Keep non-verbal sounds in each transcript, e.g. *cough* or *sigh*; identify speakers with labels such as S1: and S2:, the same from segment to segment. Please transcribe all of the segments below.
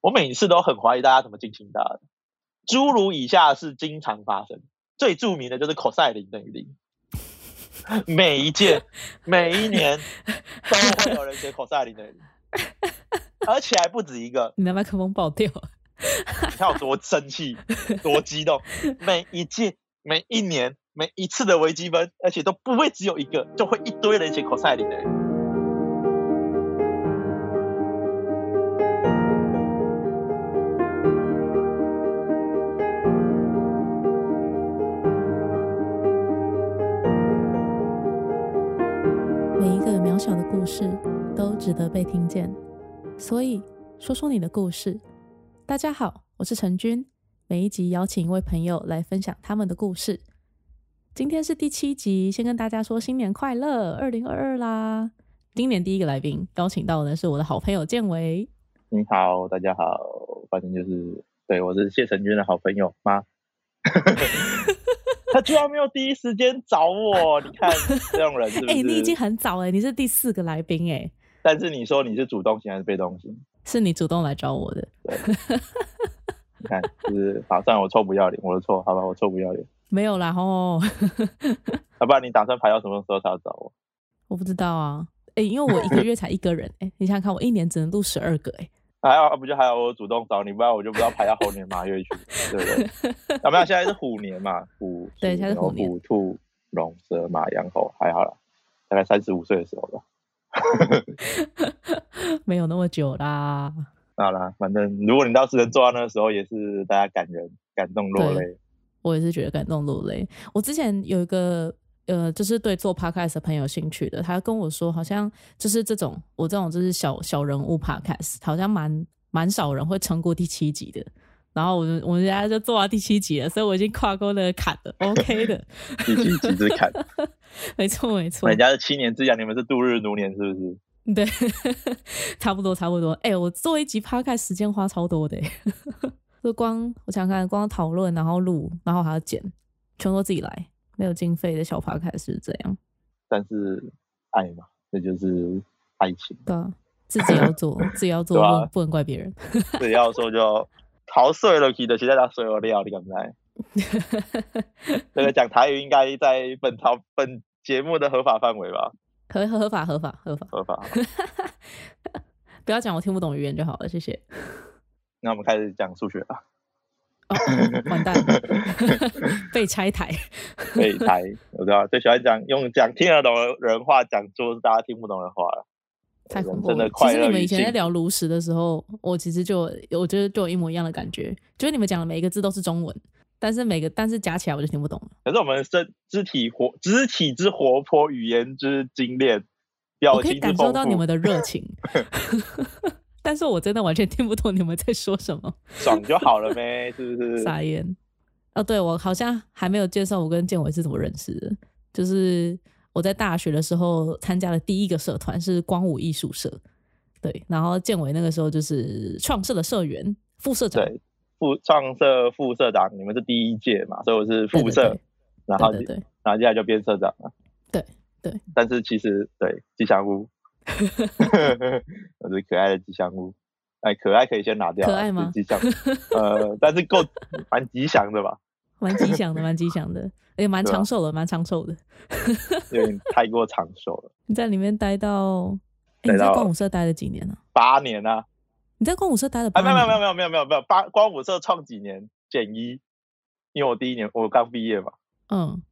S1: 我每次都很怀疑大家怎么进清大的。诸如以下是经常发生，最著名的就是 cos 零等于零，每一届、每一年都会有人写 cos 零等于零，而且还不止一个。
S2: 你的麦克风爆掉，
S1: 你看我多生气，多激动！每一届、每一年、每一次的微积分，而且都不会只有一个，就会一堆人写 cos 零等于零。
S2: 每一个渺小的故事都值得被听见，所以说说你的故事。大家好，我是陈君，每一集邀请一位朋友来分享他们的故事。今天是第七集，先跟大家说新年快乐，二零二二啦！今年第一个来宾邀请到的是我的好朋友建维，
S3: 你好，大家好，反正就是对我是谢承君的好朋友
S2: *laughs*
S3: 妈，
S1: 他居然没有第一时间找我，你看这种人是不
S2: *laughs* 哎、
S1: 是？
S2: 你已经很早哎、你是第四个来宾哎、
S3: 但是你说你是主动型还是被动型？
S2: 是你主动来找我的，
S3: 你看，就是打算我臭不要脸，我的错，好吧，我臭不要脸。
S2: 没有啦吼，
S3: 要不然你打算排到什么时候才要找我？
S2: 我不知道啊，哎、因为我一个月才一个人哎、你想想看，我一年只能录十二个哎、
S3: 还好啊不就还好我主动找你，不然我就不知道排到猴年马月去，对不
S2: *laughs*
S3: 对？啊有没有？现在是虎年嘛，虎鼠
S2: 对现在是虎
S3: 牛
S2: 年
S3: 虎兔龙蛇马羊猴，还好啦，大概三十五岁的时候吧。
S2: *laughs* 没有那么久啦。
S3: 好啦，反正如果你到时能做到那个时候，也是大家感人感动落
S2: 对
S3: 泪。
S2: 我也是觉得感动落泪。我之前有一个呃，就是对做 podcast 的朋友有兴趣的，他跟我说，好像就是这种我这种就是小小人物 podcast，好像蛮蛮少人会撑过第七集的。然后我们我们家就做到第七集了，所以我已经跨过那个坎了，OK 的，
S3: 一起一起看。
S2: 没错没错
S3: 人，家是七年之痒，你们是度日如年，是不是？
S2: 对， *laughs* 差不多差不多。哎、我做一集 podcast 时间花超多的、欸， *laughs* 就光我想想看，光讨论，然后录，然后还要剪，全都自己来，没有经费的小 podcast 是这样。
S3: 但是爱嘛，这就是爱情。
S2: 对、啊，自己要做，自己要做，
S3: 对啊
S2: 不不能怪别人。
S3: 只要说就逃税了，记得现在他所有料，你敢不敢？这个讲台语应该在本逃本节目的合法范围吧？
S2: 合合法合法合法，
S3: 合法。
S2: 不要讲我听不懂语言就好了，谢谢。
S3: 那我们开始讲数学吧。
S2: 哦，完
S3: *laughs*
S2: 蛋，被拆台。
S3: 所以才我知道最喜欢讲用讲听得懂的人话讲出大家听不懂的话了。
S2: 太恐
S3: 人
S2: 怖
S3: 生
S2: 了
S3: 的！
S2: 其
S3: 快
S2: 实你
S3: 乐
S2: 们以
S3: 与
S2: 前在
S3: 幸福。
S2: 聊炉石的时候，我其实就我觉得就有一模一样的感觉，就是你们讲的每一个字都是中文，但是每个但是加起来我就听不懂了。
S3: 可是我们身肢体活肢体之活泼，语言之精炼，表
S2: 我可以
S3: 情之
S2: 感受
S3: 丰
S2: 到
S3: 富
S2: 你们的热
S3: *laughs*
S2: 情，但是我真的完全听不懂你们在说什么。
S3: 爽就好了
S2: *laughs*
S3: 呗，是不是？
S2: 撒盐。哦，对，我好像还没有介绍我跟建伟是怎么认识的。就是我在大学的时候参加的第一个社团是光舞艺术社，对，然后建伟那个时候就是创社的社员，副社长，
S3: 对，副创社副社长，你们是第一届嘛，所以我是
S2: 对
S3: 副社，然后
S2: 对对对
S3: 然后接下来就变社长了。
S2: 对对，
S3: 但是其实对吉祥
S2: *laughs*
S3: 物，我是可爱的吉祥物。哎，可爱可以先拿掉啊，
S2: 可爱吗
S3: 是吉祥，呃，但是够蛮吉祥的吧，
S2: 蛮吉祥的，蛮吉祥的，而且蛮
S3: 对啊
S2: 长寿的，蛮长寿的。
S3: 有点太过长寿了，
S2: 你在里面待到，诶你
S3: 待
S2: 在
S3: 到
S2: 光舞社待了几年呢、啊？
S3: 八年啊，
S2: 你在光舞社待了八
S3: 啊，没
S2: 年，
S3: 有没有没有没有没有没有没有八光武社创几年减一，因为我第一年我刚毕业嘛，
S2: 嗯，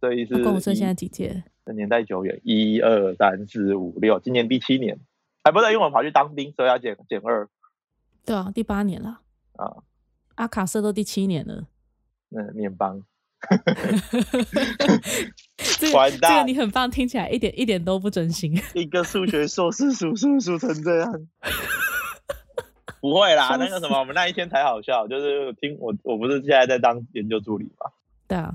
S3: 所以是
S2: 哦那光舞社
S3: 一
S2: 现在几届？
S3: 这年代久远，一二三四五六，今年第七年，哎，不对，因为我跑去当兵，所以要减减二。
S2: 对啊，第八年了。
S3: 啊，
S2: 阿卡社都第七年了。
S3: 嗯，联邦，
S2: 这个
S3: 完
S2: 这个
S3: 蛋
S2: 你很棒，听起来一点一点都不真心。
S3: 一个数学硕士 *laughs* 数数数成这样，不会啦，那个什么，我们那一天才好笑，就是听我我不是现在在当研究助理嘛，
S2: *laughs* 对啊，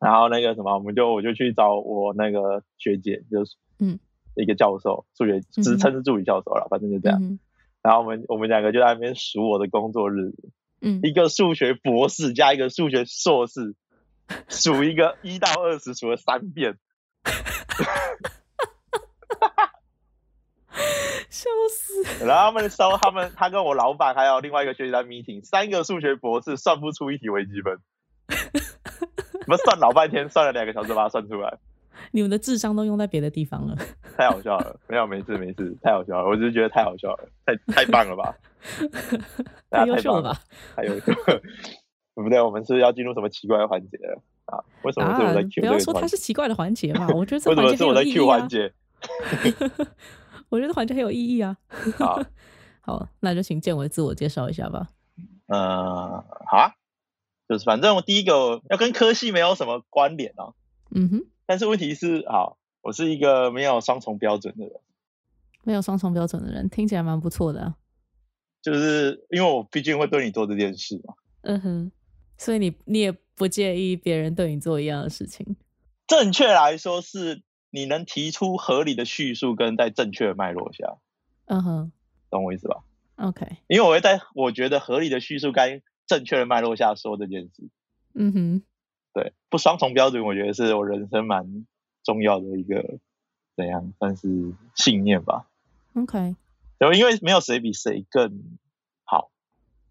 S3: 然后那个什么，我们就我就去找我那个学姐，就是
S2: 嗯
S3: 一个教授，数学
S2: 嗯
S3: 职
S2: 哼
S3: 称是助理教授啦，反正就这样。
S2: 嗯
S3: 然后我们我们两个就在那边数我的工作日子，
S2: 哼嗯，
S3: 一个数学博士加一个数学硕士，数一个一到二十，数了三遍。
S2: 笑死！ *laughs*
S3: 然后他们收他们，他跟我老板还有另外一个学习单 meeting，三个数学博士算不出一题微积
S2: *laughs*
S3: 分，我们算老半天，算了两个小时把它算出来，
S2: 你们的智商都用在别的
S3: *laughs*
S2: 地方了。
S3: 太好笑了。没有，没事没事，太好笑了，我只是觉得太好笑了，太太棒了
S2: *laughs*
S3: 吧，大家
S2: 太优
S3: 太
S2: 秀
S3: 棒
S2: 了
S3: 了，
S2: 吧？
S3: 太优秀了。不对，我们是要进入什么奇怪的环节了啊？为什么是我在 Q
S2: 不
S3: 这个
S2: 要说它
S3: 环节？
S2: 是奇怪的环节嘛，我觉得这
S3: 为什
S2: 环
S3: 么
S2: 节
S3: 是
S2: 很
S3: 我
S2: 有
S3: 在
S2: 意
S3: Q
S2: 义啊
S3: 环。节？
S2: 我觉得环节很有意义啊。
S3: 好，
S2: *laughs* 好，那就请建伟自我介绍一下吧。
S3: 嗯，好啊，就是反正我第一个要跟科系没有什么关联啊，
S2: 嗯哼，
S3: 但是问题是，好，我是一个没有双重标准的人，
S2: 没有双重标准的人，听起来蛮不错的、啊。
S3: 就是因为我毕竟会对你做这件事嘛。
S2: 嗯哼，所以你你也不介意别人对你做一样的事情。
S3: 正确来说，是你能提出合理的叙述，跟在正确的脉络下，
S2: 嗯哼
S3: 懂我意思吧？
S2: ，OK，
S3: 因为我会在我觉得合理的叙述跟正确的脉络下说这件事。
S2: 嗯哼，
S3: 对，不双重标准，我觉得是我人生蛮重要的一个怎样算是信念吧。
S2: OK，
S3: 然后因为没有谁比谁更好，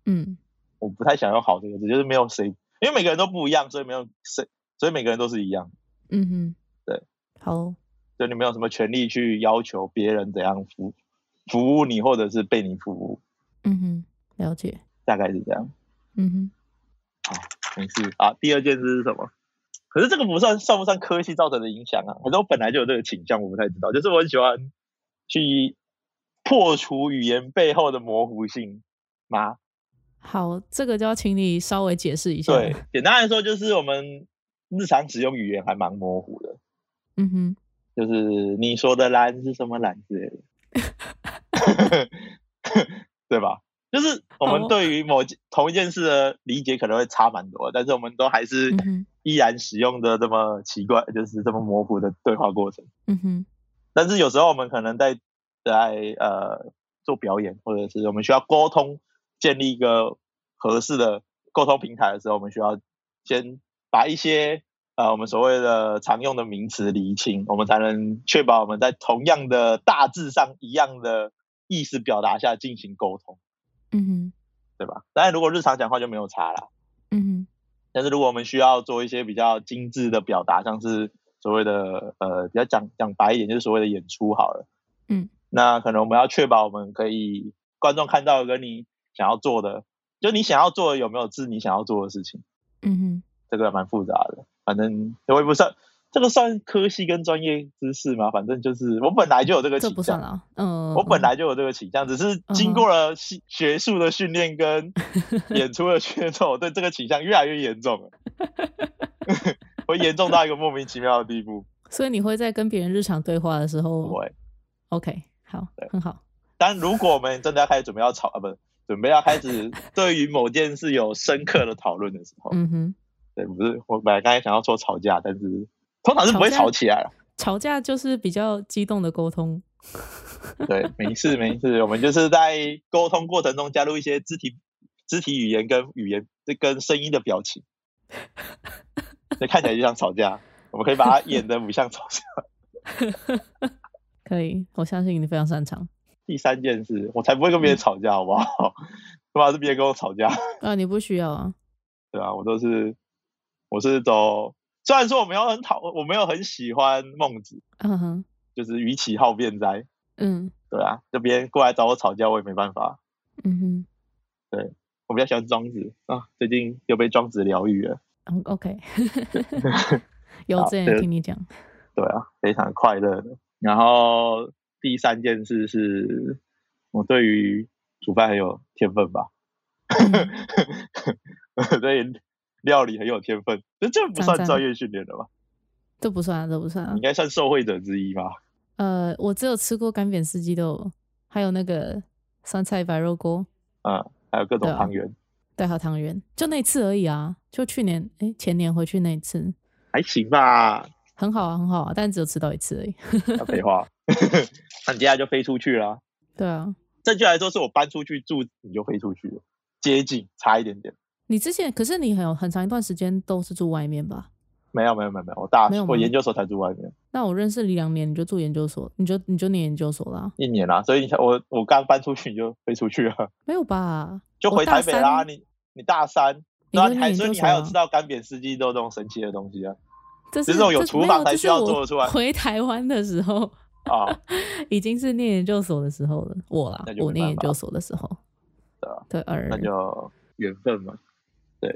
S2: 嗯
S3: 我不太想用“好”这个字，就是没有谁，因为每个人都不一样，所以没有谁，所以每个人都是一样。
S2: 嗯哼，
S3: 对，
S2: 好哦，
S3: 就你没有什么权利去要求别人怎样服服务你，或者是被你服务，
S2: 嗯哼，了解，
S3: 大概是这样。
S2: 嗯哼，
S3: 没事啊。第二件事是什么？可是这个不算算不算科技造成的影响啊？可是我本来就有这个倾向，我不太知道。就是我很喜欢去破除语言背后的模糊性吗？
S2: 好，这个就要请你稍微解释一下。
S3: 对，，简单来说就是我们日常使用语言还蛮模糊的，
S2: 嗯哼，
S3: 就是你说的“蓝”是什么“蓝”之类的， *laughs* 对吧？就是我
S2: 好哦
S3: 们对于某件同一件事的理解可能会差蛮多的，但是我们都还是
S2: 嗯哼，
S3: 依然使用的这么奇怪，就是这么模糊的对话过程。
S2: 嗯哼，
S3: 但是有时候我们可能在在呃做表演，或者是我们需要沟通，建立一个合适的沟通平台的时候，我们需要先把一些呃我们所谓的常用的名词厘清，我们才能确保我们在同样的大致上一样的意思表达下进行沟通，
S2: 嗯哼，
S3: 对吧？当然，如果日常讲话就没有差啦。
S2: 嗯哼，
S3: 但是如果我们需要做一些比较精致的表达，像是所谓的呃比较讲讲白一点，就是所谓的演出好了，
S2: 嗯，
S3: 那可能我们要确保我们可以观众看到跟你想要做的，就你想要做的有没有是你想要做的事情，
S2: 嗯哼，
S3: 这个蛮复杂的。反正我也不算这个算科系跟专业知识吗？反正就是我本来就有这个
S2: 这
S3: 倾
S2: 不算
S3: 向，
S2: 了啊。嗯，
S3: 我本
S2: 嗯
S3: 来就有这个倾向，只是
S2: 嗯哼
S3: 经过了系学术的训练
S2: *laughs*
S3: 跟演出的训练之后，我对这个倾向越来越严重了。 *laughs* 我严重到一个莫名其妙的地步。
S2: 所以你会在跟别人日常对话的时候
S3: 对，
S2: ，OK，好，
S3: 对
S2: 很好，
S3: 但如果我们真的要开始准备要吵啊，不是准备要开始对于某件事有深刻的讨论的时候，
S2: 嗯哼，
S3: 对，不是我本来刚才想要说吵架，但是通常是不会
S2: 吵架
S3: 吵起来啊啦。
S2: 吵架就是比较激动的沟通，
S3: 对，没事没事，我们就是在沟通过程中加入一些肢体、肢体语言跟语言跟声音的表情，那看起来就像吵架。我们可以把它演得不像吵架。
S2: 可以，我相信你非常擅长。
S3: 第三件事，我才不会跟别人吵架，好不好？ *laughs* 他妈是别人跟我吵架，
S2: 啊，你不需要啊，
S3: 对啊，我都是我是走。虽然说我没有很讨，我没有很喜欢孟子，
S2: 嗯哼，
S3: 就是与其好辩哉，
S2: 嗯
S3: 对啊，就别人过来找我吵架，我也没办法。
S2: 嗯哼
S3: 我比较喜欢庄子啊，最近又被庄子疗愈了。
S2: 嗯，OK，有
S3: 好
S2: 之前
S3: 这
S2: 有
S3: 个
S2: 听你讲，
S3: 对啊，非常快乐的。然后第三件事是，我对于煮饭很有天分吧， *laughs*
S2: 嗯
S3: 我对料理很有天分，这这不
S2: 赞赞
S3: 算专业训练了吧？
S2: 这不算啊，这不算啊
S3: 你应。该算受惠者之一吧？
S2: 呃，我只有吃过干煸四季豆，还有那个酸菜白肉锅，
S3: 嗯，还有各种
S2: 对啊
S3: 汤圆，
S2: 对，还有汤圆，就那一次而已啊。就去年，哎，前年回去那一次，
S3: 还行吧？
S2: 很好啊，很好啊，但只有吃到一次而已。 *laughs*
S3: 那废话，那你接下来就飞出去啦。
S2: 对啊，
S3: 正确来说，是我搬出去住，你就飞出去了，接近差一点点。
S2: 你之前可是你很有很长一段时间都是住外面吧？
S3: 没有没有没有没有，我大
S2: 没有吗
S3: 我研究所才住外面
S2: 那我认识你两年，你就住研究所，你就你就念研究所啦？
S3: 一年啦、啊所以你看我我刚搬出去你就飞出去了，
S2: 没有吧？
S3: 就
S2: 我
S3: 回
S2: 大
S3: 台北啦。
S2: 三
S3: 你你大三，
S2: 你
S3: 对啊，
S2: 就
S3: 你
S2: 念
S3: 还
S2: 研
S3: 所以
S2: 究
S3: 你
S2: 所
S3: 还有
S2: 啊
S3: 吃到干煸四季豆这种神奇的东西啊
S2: 这
S3: 只是我有
S2: 这
S3: 厨
S2: 没
S3: 房才
S2: 这
S3: 需
S2: 是
S3: 要
S2: 我
S3: 做得出来
S2: 回台湾的时候，
S3: 啊！
S2: *laughs* 已经是念研究所的时候了。我啦
S3: 那，就
S2: 我
S3: 没
S2: 念
S3: 办
S2: 研
S3: 法
S2: 究所的时候，
S3: 对啊
S2: 对，而
S3: 那就缘分嘛。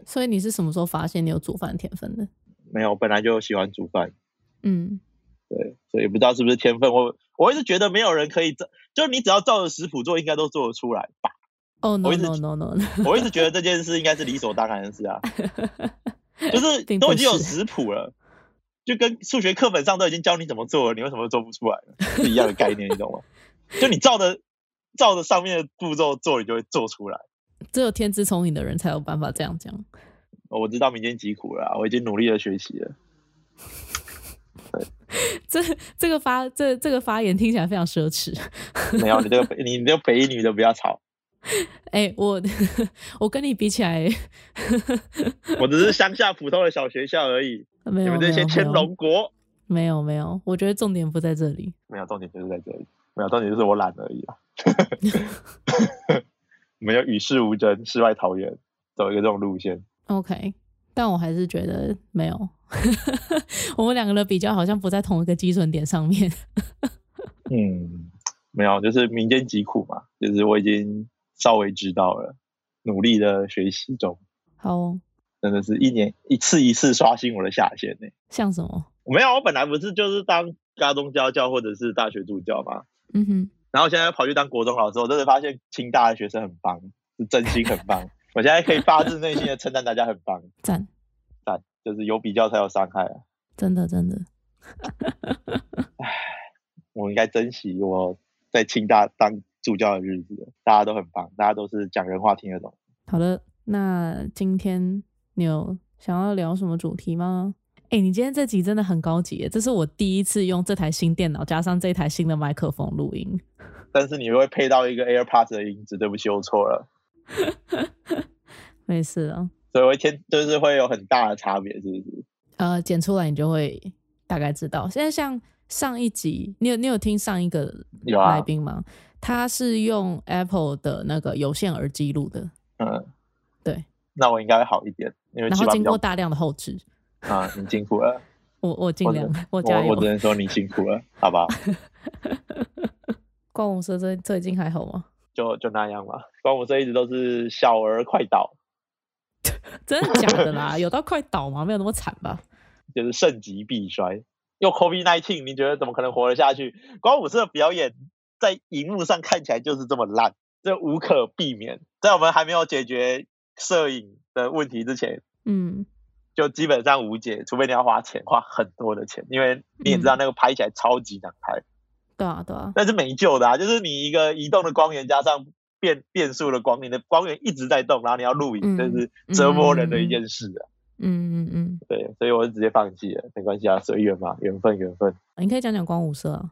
S2: 所以你是什么时候发现你有煮饭天分的？
S3: 没有，本来就喜欢煮饭，
S2: 嗯，
S3: 对，所以也不知道是不是天分。我我一直觉得没有人可以照，就是你只要照着食谱做，应该都做得出来吧。
S2: 哦、no
S3: 我一直
S2: no no no，
S3: 我一直觉得这件事应该是理所当然的
S2: *laughs*
S3: 事啊，就是
S2: 并
S3: 都已
S2: 不
S3: 经有
S2: 是
S3: 食谱了，就跟数学课本上都已经教你怎么做了，你为什么做不出来呢？是一样的概念，你懂吗？就你照着照着上面的步骤做，你就会做出来。
S2: *laughs* 只有天资聪颖的人才有办法这样讲。
S3: 哦我知道民间疾苦了啊、我已经努力的学习了。
S2: 这这个发这这个发言听起来非常奢侈。
S3: 没有，你这个北你你这个北一女的不要吵，
S2: 哎、我 *laughs* 我跟你比起来，
S3: 我只是乡下普通的小学校而已。
S2: 没
S3: 你
S2: 有
S3: 们这
S2: 没
S3: 些
S2: 有
S3: 天
S2: 没有
S3: 龙国，
S2: 没有没有，我觉得重点不在这里。
S3: 没有重点就是在这里，没有重点就是我懒而已啊。 *laughs* 没有与世无争，世外桃源，走一个这种路线。
S2: OK，但我还是觉得没有， *laughs* 我们两个的比较好像不在同一个基准点上面。
S3: 嗯，没有，就是民间疾苦嘛，就是我已经稍微知道了，努力的学习中，
S2: 好哦、
S3: 真的是一年一次一次刷新我的下限呢、
S2: 像什么？
S3: 没有，我本来不是就是当高中教教或者是大学助教嘛，
S2: 嗯哼，
S3: 然后现在跑去当国中老师，我真的发现清大的学生很棒，是真心很
S2: *laughs*
S3: 棒。我现在可以发自内心的称赞大家很棒，
S2: 赞，
S3: 但就是有比较才有伤害啊。
S2: 真的真的，
S3: 我应该珍惜我在清大当助教的日子，大家都很棒，大家都是讲人话听得懂。
S2: 好的。那今天你有想要聊什么主题吗？哎、你今天这集真的很高级耶，这是我第一次用这台新电脑加上这台新的麦克风录音。
S3: 但是你会配到一个 AirPods 的音质，对不起，我错了，
S2: 没事啊，
S3: 所以会天就是会有很大的差别，是不是？
S2: 呃，剪出来你就会大概知道。现在像上一集，你有你有听上一个
S3: 有啊
S2: 来宾吗？他是用 Apple 的那个有线耳机录的，
S3: 嗯，
S2: 对，
S3: 那我应该会好一点，因为
S2: 然
S3: 起
S2: 后
S3: 码
S2: 经
S3: 比较
S2: 过大量的后置，
S3: 啊、你辛苦了，
S2: 我我尽
S3: 我
S2: 量，我加
S3: 我我
S2: 油
S3: 只。能说你辛苦了，好吧，
S2: 关我说这最近还好吗？
S3: 就就那样吧。关我这一直都是小儿快倒，
S2: 真的假的啦？有到快倒吗？没有那么惨吧？
S3: 就是盛极必衰。又 COVID nineteen，你觉得怎么可能活得下去？光武社的表演在荧幕上看起来就是这么烂，这无可避免。在我们还没有解决摄影的问题之前，
S2: *laughs* 嗯，
S3: 就基本上无解，除非你要花钱，花很多的钱，因为你也知道
S2: 嗯
S3: 那个拍起来超级难拍，
S2: 对啊，对啊，
S3: 但是没救的啊！就是你一个移动的光源加上变变速的光，你的光源一直在动，然后你要录影，
S2: 嗯
S3: 这是 *laughs* 折磨人的一件事啊。
S2: 嗯嗯嗯，
S3: 对，所以我就直接放弃了，没关系啊，随缘嘛，缘分缘分。
S2: 你可以讲讲光武社啊，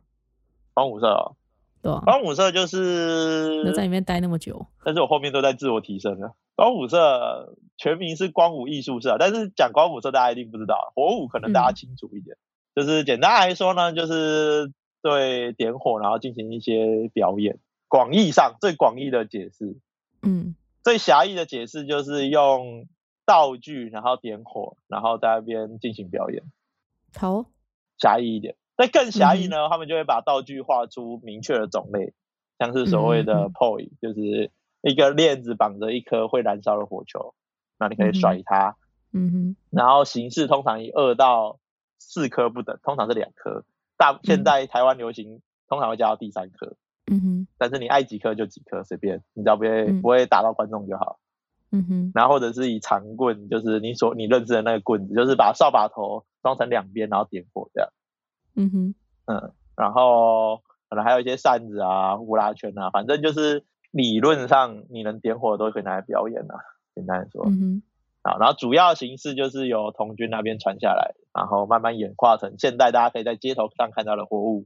S3: 光武社、哦，
S2: 对啊，
S3: 光武社就是
S2: 你都在里面待那么久，
S3: 但是我后面都在自我提升了。光武社全名是光武艺术社，但是讲光武社大家一定不知道，火舞可能
S2: 嗯
S3: 大家清楚一点。就是简单来说呢，就是对点火然后进行一些表演。广义上最广义的解释，
S2: 嗯
S3: 最狭义的解释就是用道具然后点火，然后在那边进行表演，
S2: 好哦，
S3: 狭义一点。再更狭义
S2: 嗯
S3: 呢，他们就会把道具画出明确的种类，像是所谓
S2: 嗯嗯
S3: 的
S2: 嗯
S3: poi，、就是一个链子绑着一颗会燃烧的火球，那你可以甩它。
S2: 嗯哼，
S3: 然后形式通常以二到四颗不等，通常是两颗。大现在台湾流行通常会加到第三颗，
S2: 嗯哼，
S3: 但是你爱几颗就几颗，随便，你只要不会、
S2: 嗯
S3: 不会打到观众就好。
S2: 嗯哼，
S3: 然后或者是以长棍，就是你所你认知的那个棍子，就是把扫把头装成两边，然后点火这样。
S2: 嗯哼，
S3: 然后可能还有一些扇子啊、呼啦圈啊，反正就是理论上你能点火的都可以拿来表演啊。简单来说，
S2: 嗯哼，
S3: 啊，然后主要形式就是由童军那边传下来，然后慢慢演化成现在大家可以在街头上看到的活物。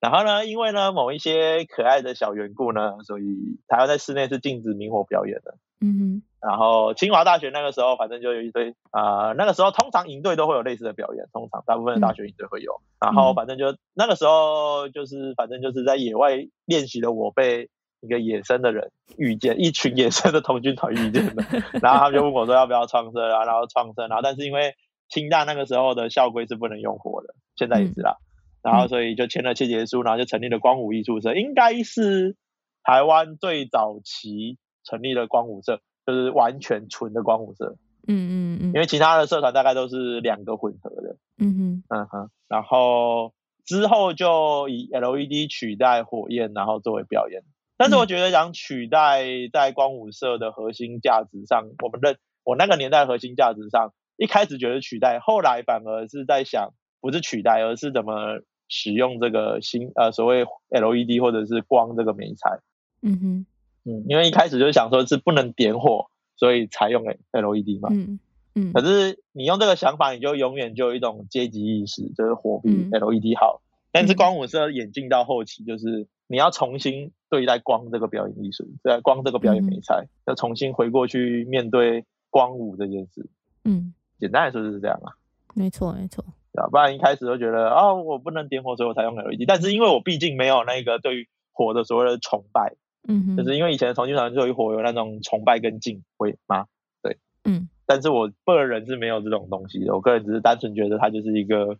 S3: 然后呢，因为呢某一些可爱的小缘故呢，所以台湾在室内是禁止明火表演的。
S2: 嗯哼，
S3: 然后清华大学那个时候，反正就有一堆啊、呃那个时候通常营队都会有类似的表演，通常大部分的大学营队会有。然后反正就那个时候就是反正就是在野外练习的我被一个野生的人遇见，一群野生的童军团遇见的，然后他们就问我说要不要创生啊，然后创生，然后但是因为清大那个时候的校规是不能用火的，现在也是啦。然后所以就签了切结书，然后就成立了光武艺术社，应该是台湾最早期成立的光武社，就是完全纯的光武社，
S2: 嗯嗯嗯
S3: 因为其他的社团大概都是两个混合的，
S2: 嗯哼
S3: 嗯哼，然后之后就以 LED 取代火焰，然后作为表演。但是我觉得想取代在光武社的核心价值上，我们认我那个年代的核心价值上，一开始觉得取代，后来反而是在想，不是取代，而是怎么使用这个新呃所谓 LED 或者是光这个媒材。
S2: 嗯哼
S3: 嗯，因为一开始就是想说是不能点火，所以才用 LED 嘛。
S2: 嗯嗯
S3: 可是你用这个想法，你就永远就有一种阶级意识，就是火比
S2: 嗯
S3: LED 好。但是
S2: 嗯
S3: 光武社演进到后期，就是你要重新对待光这个表演艺术，对光这个表演
S2: 嗯
S3: 美才，要重新回过去面对光武这件事。
S2: 嗯，
S3: 简单来说就是这样啊，
S2: 没错没错，
S3: 对吧？啊不然一开始都觉得啊、我不能点火，所以我才用 LED。但是因为我毕竟没有那个对于火的所谓的崇拜，
S2: 嗯哼，
S3: 就是因为以前的重庆团对于火有那种崇拜跟敬畏嘛，
S2: 嗯
S3: 但是我个人是没有这种东西的，我个人只是单纯觉得它就是一个，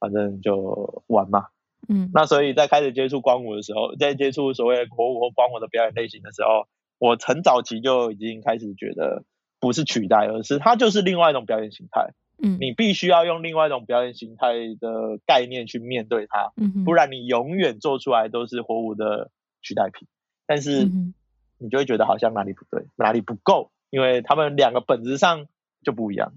S3: 反正就玩嘛。
S2: 嗯
S3: 那所以在开始接触光舞的时候，在接触所谓的国舞或光舞的表演类型的时候，我很早期就已经开始觉得不是取代，而是它就是另外一种表演形态。
S2: 嗯
S3: 你必须要用另外一种表演形态的概念去面对它，
S2: 嗯哼
S3: 不然你永远做出来都是火舞的取代品。但是
S2: 嗯哼
S3: 你就会觉得好像哪里不对，哪里不够，因为他们两个本质上就不一样。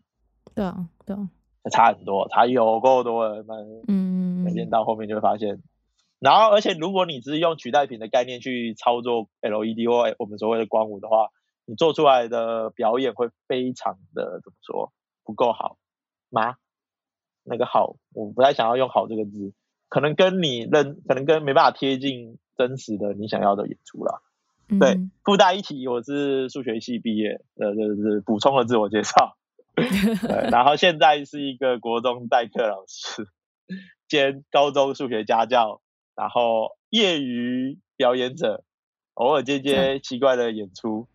S2: 对啊对啊，
S3: 差很多，差有够多了。那
S2: 嗯嗯
S3: 每
S2: 嗯
S3: 天到后面就会发现，然后而且如果你只是用取代品的概念去操作 LED 或我们所谓的光舞的话，你做出来的表演会非常的怎么说不够好吗？那个好，我不太想要用“好”这个字，可能跟你认，可能跟没办法贴近真实的你想要的演出啦。
S2: 嗯
S3: 对附带一提，我是数学系毕业，呃，就是补充了自我介绍。 *laughs* 对，然后现在是一个国中代课老师，兼高中数学家教，然后业余表演者，偶尔接接奇怪的演出，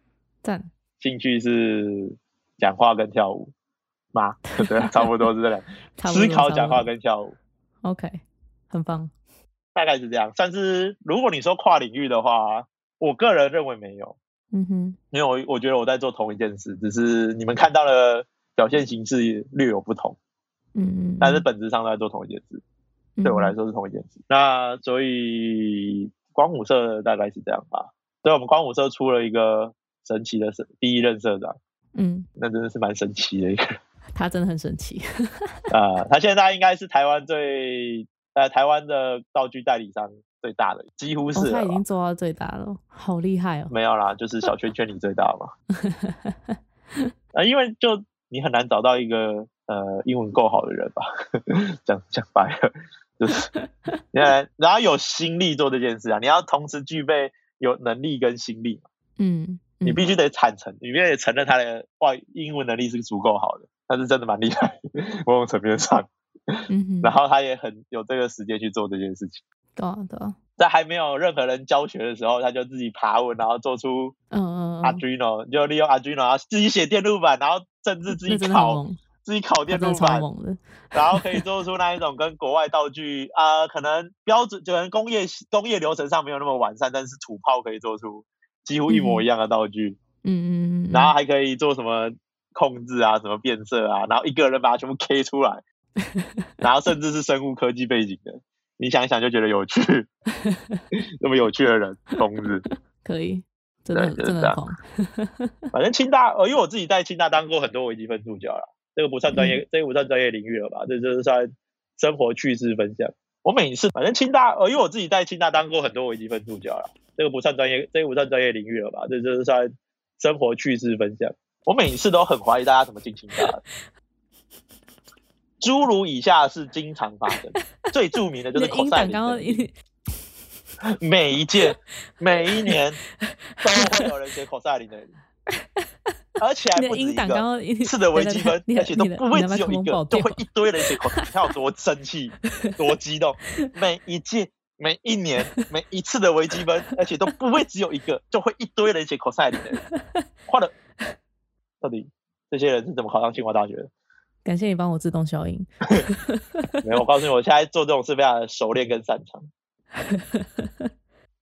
S2: 赞，
S3: 兴趣是讲话跟跳舞吗？ *laughs* 对，啊差不多是这
S2: *laughs*
S3: 两，
S2: 差不多
S3: 思考、
S2: 差不
S3: 讲话
S2: 多
S3: 跟跳舞，
S2: OK，很棒，
S3: 大概是这样。但是如果你说跨领域的话，我个人认为没有。
S2: 嗯哼
S3: 因为我我觉得我在做同一件事，只是你们看到的表现形式略有不同，
S2: 嗯嗯，嗯
S3: 但是本质上都在做同一件事。对我来说是同一件事。那所以光武社大概是这样吧。所以我们光武社出了一个神奇的社第一任社长，
S2: 嗯，
S3: 那真的是蛮神奇的一个人。
S2: 他真的很神奇，
S3: 呃，他现在应该是台湾最呃台湾的道具代理商最大的，几乎
S2: 哦，
S3: 是啊
S2: 他
S3: 了
S2: 已
S3: 吧、
S2: 经做到最大了，好厉害哦，
S3: 没有啦，就是小圈圈里最大嘛。啊，因为就你很难找到一个呃英文够好的人吧，讲讲白了，就是你很难然后有心力做这件事啊，你要同时具备有能力跟心力嘛，
S2: 嗯，
S3: 你
S2: 嗯
S3: 必须得坦诚，你必须得承认他的外英文能力是足够好的，他是真的蛮厉害，某种层面上，
S2: 嗯哼，
S3: 然后他也很有这个时间去做这件事情，
S2: 对啊对啊，
S3: 在还没有任何人教学的时候，他就自己爬文，然后做出
S2: 嗯嗯，嗯
S3: Arduino，、就利用 Arduino 然后自己写电路板，然后甚至自己
S2: 那真的很
S3: 烤
S2: 猛，
S3: 自己烤
S2: 他
S3: 电
S2: 真的
S3: 路
S2: 超
S3: 板，
S2: 猛的，嗯
S3: 然后可以做出那一种跟国外道具啊、呃可能标准可能工业工业流程上没有那么完善，但是土炮可以做出几乎一模一样的道具，
S2: 嗯嗯嗯，
S3: 然后还可以做什么控制啊、什么变色啊，然后一个人把它全部 K 出
S2: *laughs*
S3: 来，然后甚至是生物科技背景的，你想一想就觉得有趣，
S2: *laughs*
S3: 那么有趣的人，疯子。
S2: 可以，真的
S3: 对就是
S2: 真
S3: 这
S2: 的很
S3: 样
S2: 狂，
S3: 反正清大，呃，因为我自己在清大当过很多微积分助教啦，这个不算专
S2: 嗯
S3: 业，这个不算专业领域了吧？这就是算生活趣事分享。我每次反正清大，呃，因为我自己在清大当过很多微积分助教啦，这个不算专业，这个不算专业领域了吧？这就是算生活趣事分享。我每次都很怀疑大家怎么进清大的。诸如以下是经常发
S2: *laughs*
S3: 生，最著名的就
S2: 你
S3: 是
S2: 的
S3: 口
S2: 音
S3: 塞
S2: 档
S3: 领
S2: 刚刚
S3: 证
S2: *laughs*
S3: 每一届、每一年都会有人写口塞林的人，而且还
S2: 你
S3: 不
S2: 的
S3: 止一
S2: 音档
S3: 个
S2: 刚刚
S3: 是的微积
S2: *laughs*
S3: 分，
S2: 你的
S3: 而且都
S2: 你的
S3: 不会
S2: 你的麦
S3: 只有
S2: 克
S3: 一
S2: 风
S3: 个，就
S2: 爆掉
S3: 会一堆人写口你看我多生
S2: *laughs*
S3: 气，多激动。每一届、每一年、每一次的微积分，而且都不会只有一个，就会一堆人写 cosine 的。画了，到底这些人是怎么考上清华大学的？
S2: 感谢你帮我自动消音。
S3: 没有，我告诉你，我现在做这种事非常的熟练跟擅长。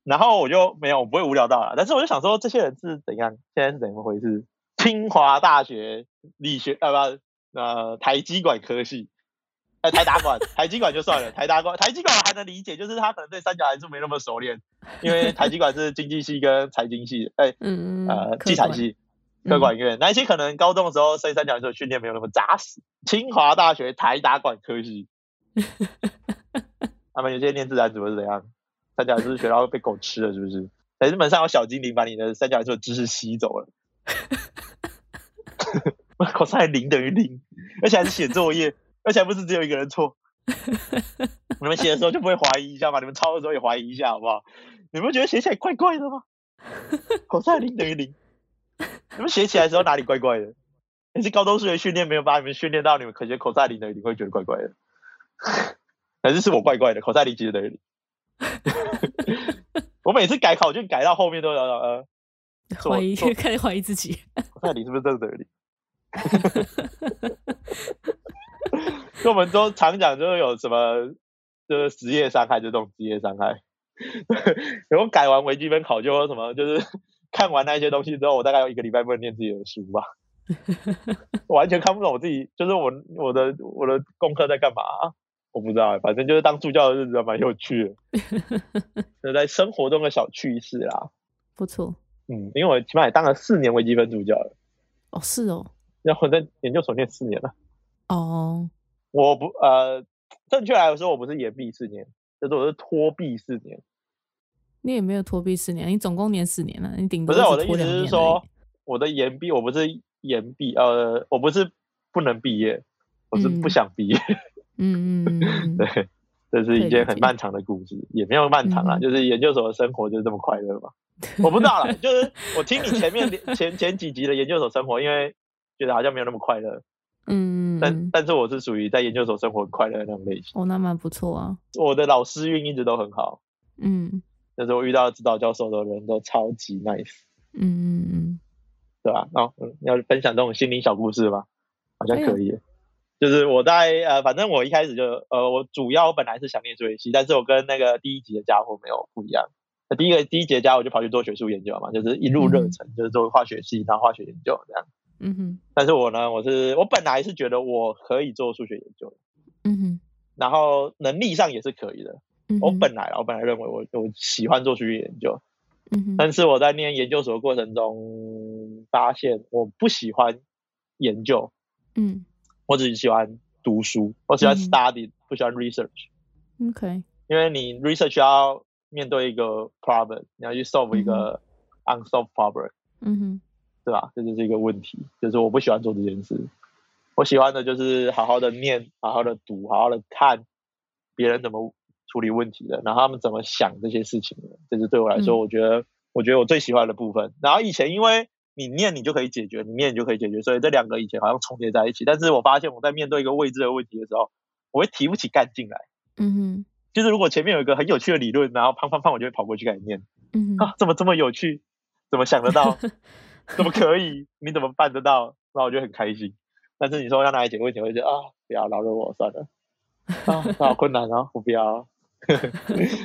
S3: 然后我就没有，我不会无聊到了。但是我就想说，这些人是怎样？现在是怎么回事？清华大学理学呃不呃台积管科系，哎、台达管台积管就算了，台达管台积管我还能理解，就是他可能对三角函数没那么熟练，因为台积管是经济系跟财经系，哎、
S2: *laughs* 嗯，
S3: 呃
S2: 科
S3: 计财
S2: 管
S3: 系、
S2: 嗯
S3: 科管院、那一些可能高中的时候升三角函数的训练没有那么扎实。清华大学台达管科系，他们有些念自然组是怎样？三角函数学到被狗吃了是不是？可是门上有小精灵把你的三角函数的知识吸走了。 *laughs* 我考上来零等于零，而且还是写作业，而且还不是只有一个人错。你们写的时候就不会怀疑一下吗？你们抄的时候也怀疑一下好不好？你们觉得写起来怪怪的吗？口塞零等于零，你们写起来的时候哪里怪怪的？也是高中数学训练没有把你们训练到，你们可学口塞零等于零会觉得怪怪的， *laughs* 还是是我怪怪的？口塞零其实等于零。 *laughs* 我每次改考卷改到后面都要呃，做
S2: 怀疑，
S3: 做
S2: *laughs* 开始怀疑自己。
S3: 口塞零是不是真的 *laughs* 等于零？就我们都常讲，就是有什么就是职业伤害，就这种职业伤害。 *laughs* 然后改完微积分考卷或什么，就是 *laughs* 看完那些东西之后，我大概有一个礼拜不能念自己的书吧， *laughs* 我完全看不懂我自己，就是我我的我的功课在干嘛、啊我不知道、欸反正就是当助教的日子还蛮有 *laughs* 趣的，就在生活中的小趣事啦。
S2: 不错
S3: 嗯，因为我起码也当了四年微积分助教了，
S2: 哦，是哦，
S3: 然后我在研究所念四年了。
S2: 哦，
S3: 我不呃，正确来说我不是延毕四年，就是我是拖毕四年。
S2: 你也没有拖毕四年，你总共念四年了，你顶
S3: 不
S2: 多
S3: 是我
S2: 只
S3: 的意
S2: 拖
S3: 思
S2: 两年而
S3: 是
S2: 已
S3: 说，，我的延毕我不是延毕，呃，我不是不能毕业，我是不
S2: 嗯
S3: 想毕业。 *laughs*
S2: 嗯嗯嗯嗯，
S3: 对，这
S2: 以
S3: 是一件
S2: 理
S3: 很
S2: 解
S3: 漫长的故事，也没有漫长啦，
S2: 嗯哼
S3: 就是研究所的生活就是这么快乐嘛。我不知道啦，就是我听你前面前前几集的研究所生活，因为觉得好像没有那么快乐，
S2: 嗯嗯
S3: 但、
S2: 嗯，
S3: 但是我是属于在研究所生活很快乐的那种类型。
S2: 哦，那蛮不错啊，
S3: 我的老师运一直都很好，
S2: 嗯
S3: 就是我遇到指导教授的人都超级 nice，
S2: 嗯嗯嗯，
S3: 对吧？哦，嗯要分享这种心灵小故事吗？好像
S2: 可以
S3: 可
S2: 啊
S3: 以。就是我在呃，反正我一开始就呃，我主要本来是想念数学系，但是我跟那个第一集的家伙没有不一样。那第一个第一节的家伙就跑去做学术研究嘛，就是一路热忱，就是做化学系，然后化学研究这样。
S2: 嗯哼
S3: 但是我呢，我是我本来是觉得我可以做数学研究，
S2: 嗯哼，
S3: 然后能力上也是可以的。
S2: 嗯
S3: 我
S2: 哼
S3: 本来啦我本来认为我我喜欢做数学研究，
S2: 嗯哼
S3: 但是我在念研究所的过程中，发现我不喜欢研究，
S2: 嗯
S3: 我只喜欢读书，我喜欢
S2: 嗯
S3: study，、不喜欢 research。
S2: ，OK，
S3: 因为你 research 要面对一个 problem，你要去 solve 一个 unsolved problem，、
S2: 嗯哼
S3: 对吧？这就是一个问题，就是我不喜欢做这件事。我喜欢的就是好好的念，好好的读，好好的看别人怎么处理问题的，然后他们怎么想这些事情的，这是对我来说，
S2: 嗯
S3: 我觉得我觉得我最喜欢的部分。然后以前因为你念你就可以解决，你念你就可以解决，所以这两个以前好像重叠在一起。但是我发现我在面对一个未知的问题的时候，我会提不起干劲来。
S2: 嗯哼
S3: 就是如果前面有一个很有趣的理论，然后砰砰砰，我就会跑过去开始念
S2: 嗯哼
S3: 啊，怎么这么有趣？怎么想得
S2: *laughs*
S3: 到？怎么可以？你怎么办得到？那我就很开心。但是你说要拿来解决问题，我就觉得啊，不要饶了我算了，
S2: *laughs*
S3: 啊，这好困难哦，我不要。 *laughs*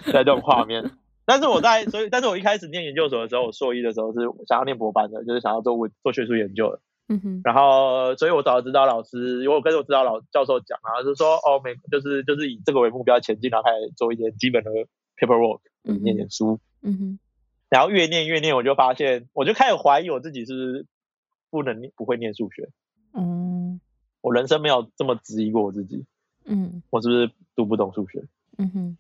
S3: 在这种画面，但是我在所以，但是我一开始念研究所的时候，我硕一的时候是想要念博班的，就是想要做文做学术研究的。
S2: 嗯哼
S3: 然后，所以我找指导老师，因为我跟我指导老教授讲啊，就说哦，美就是就是以这个为目标前进，然后开始做一些基本的 paperwork，
S2: 嗯哼
S3: 念点书。
S2: 嗯哼
S3: 然后越念越念，我就发现，我就开始怀疑我自己是不是不能念不会念数学。
S2: 哦
S3: 我人生没有这么质疑过我自己，
S2: 嗯
S3: 我是不是读不懂数学？
S2: 嗯哼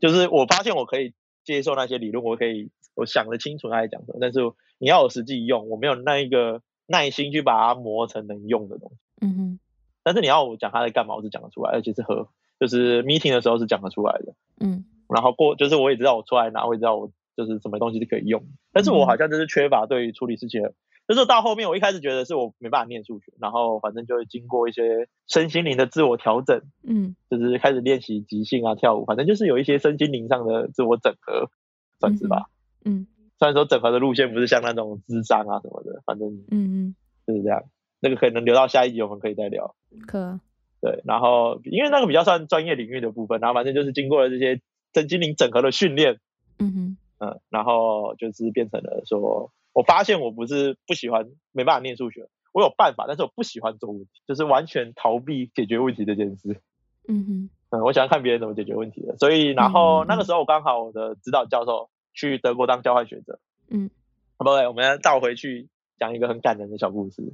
S3: 就是我发现我可以接受那些理论，我可以我想得清楚他在讲什么，但是你要我实际用，我没有那一个耐心去把它磨成能用的东西。
S2: 嗯哼
S3: 但是你要我讲他在干嘛，我是讲得出来，而且是和就是 meeting 的时候是讲得出来的。
S2: 嗯
S3: 然后过就是我
S2: 嗯
S3: 也知道我出来拿，我也知道我就是什么东西是可以用，但是我好像就是缺乏对于处理事情的，就是到后面，我一开始觉得是我没办法念数学，然后反正就会经过一些身心灵的自我调整，
S2: 嗯
S3: 就是开始练习即兴啊、跳舞，反正就是有一些身心灵上的自我整合，算是吧。
S2: 嗯
S3: 虽然说整合的路线不是像那种智商啊什么的，反正
S2: 嗯
S3: 就是这样。那个可能留到下一集我们可以再聊。
S2: 嗯，可啊
S3: 对，然后因为那个比较算专业领域的部分，然后反正就是经过了这些身心灵整合的训练，
S2: 嗯哼，
S3: 嗯，然后就是变成了说，我发现我不是不喜欢，没办法念数学，我有办法，但是我不喜欢做问题，就是完全逃避解决问题这件事。
S2: 嗯哼，
S3: 嗯，我喜欢看别人怎么解决问题的，所以然
S2: 嗯
S3: 后
S2: 嗯
S3: 那个时候我刚好我的指导教授去德国当交换学者，
S2: 嗯
S3: 啊，不对，我们要倒回去讲一个很感人的小故事，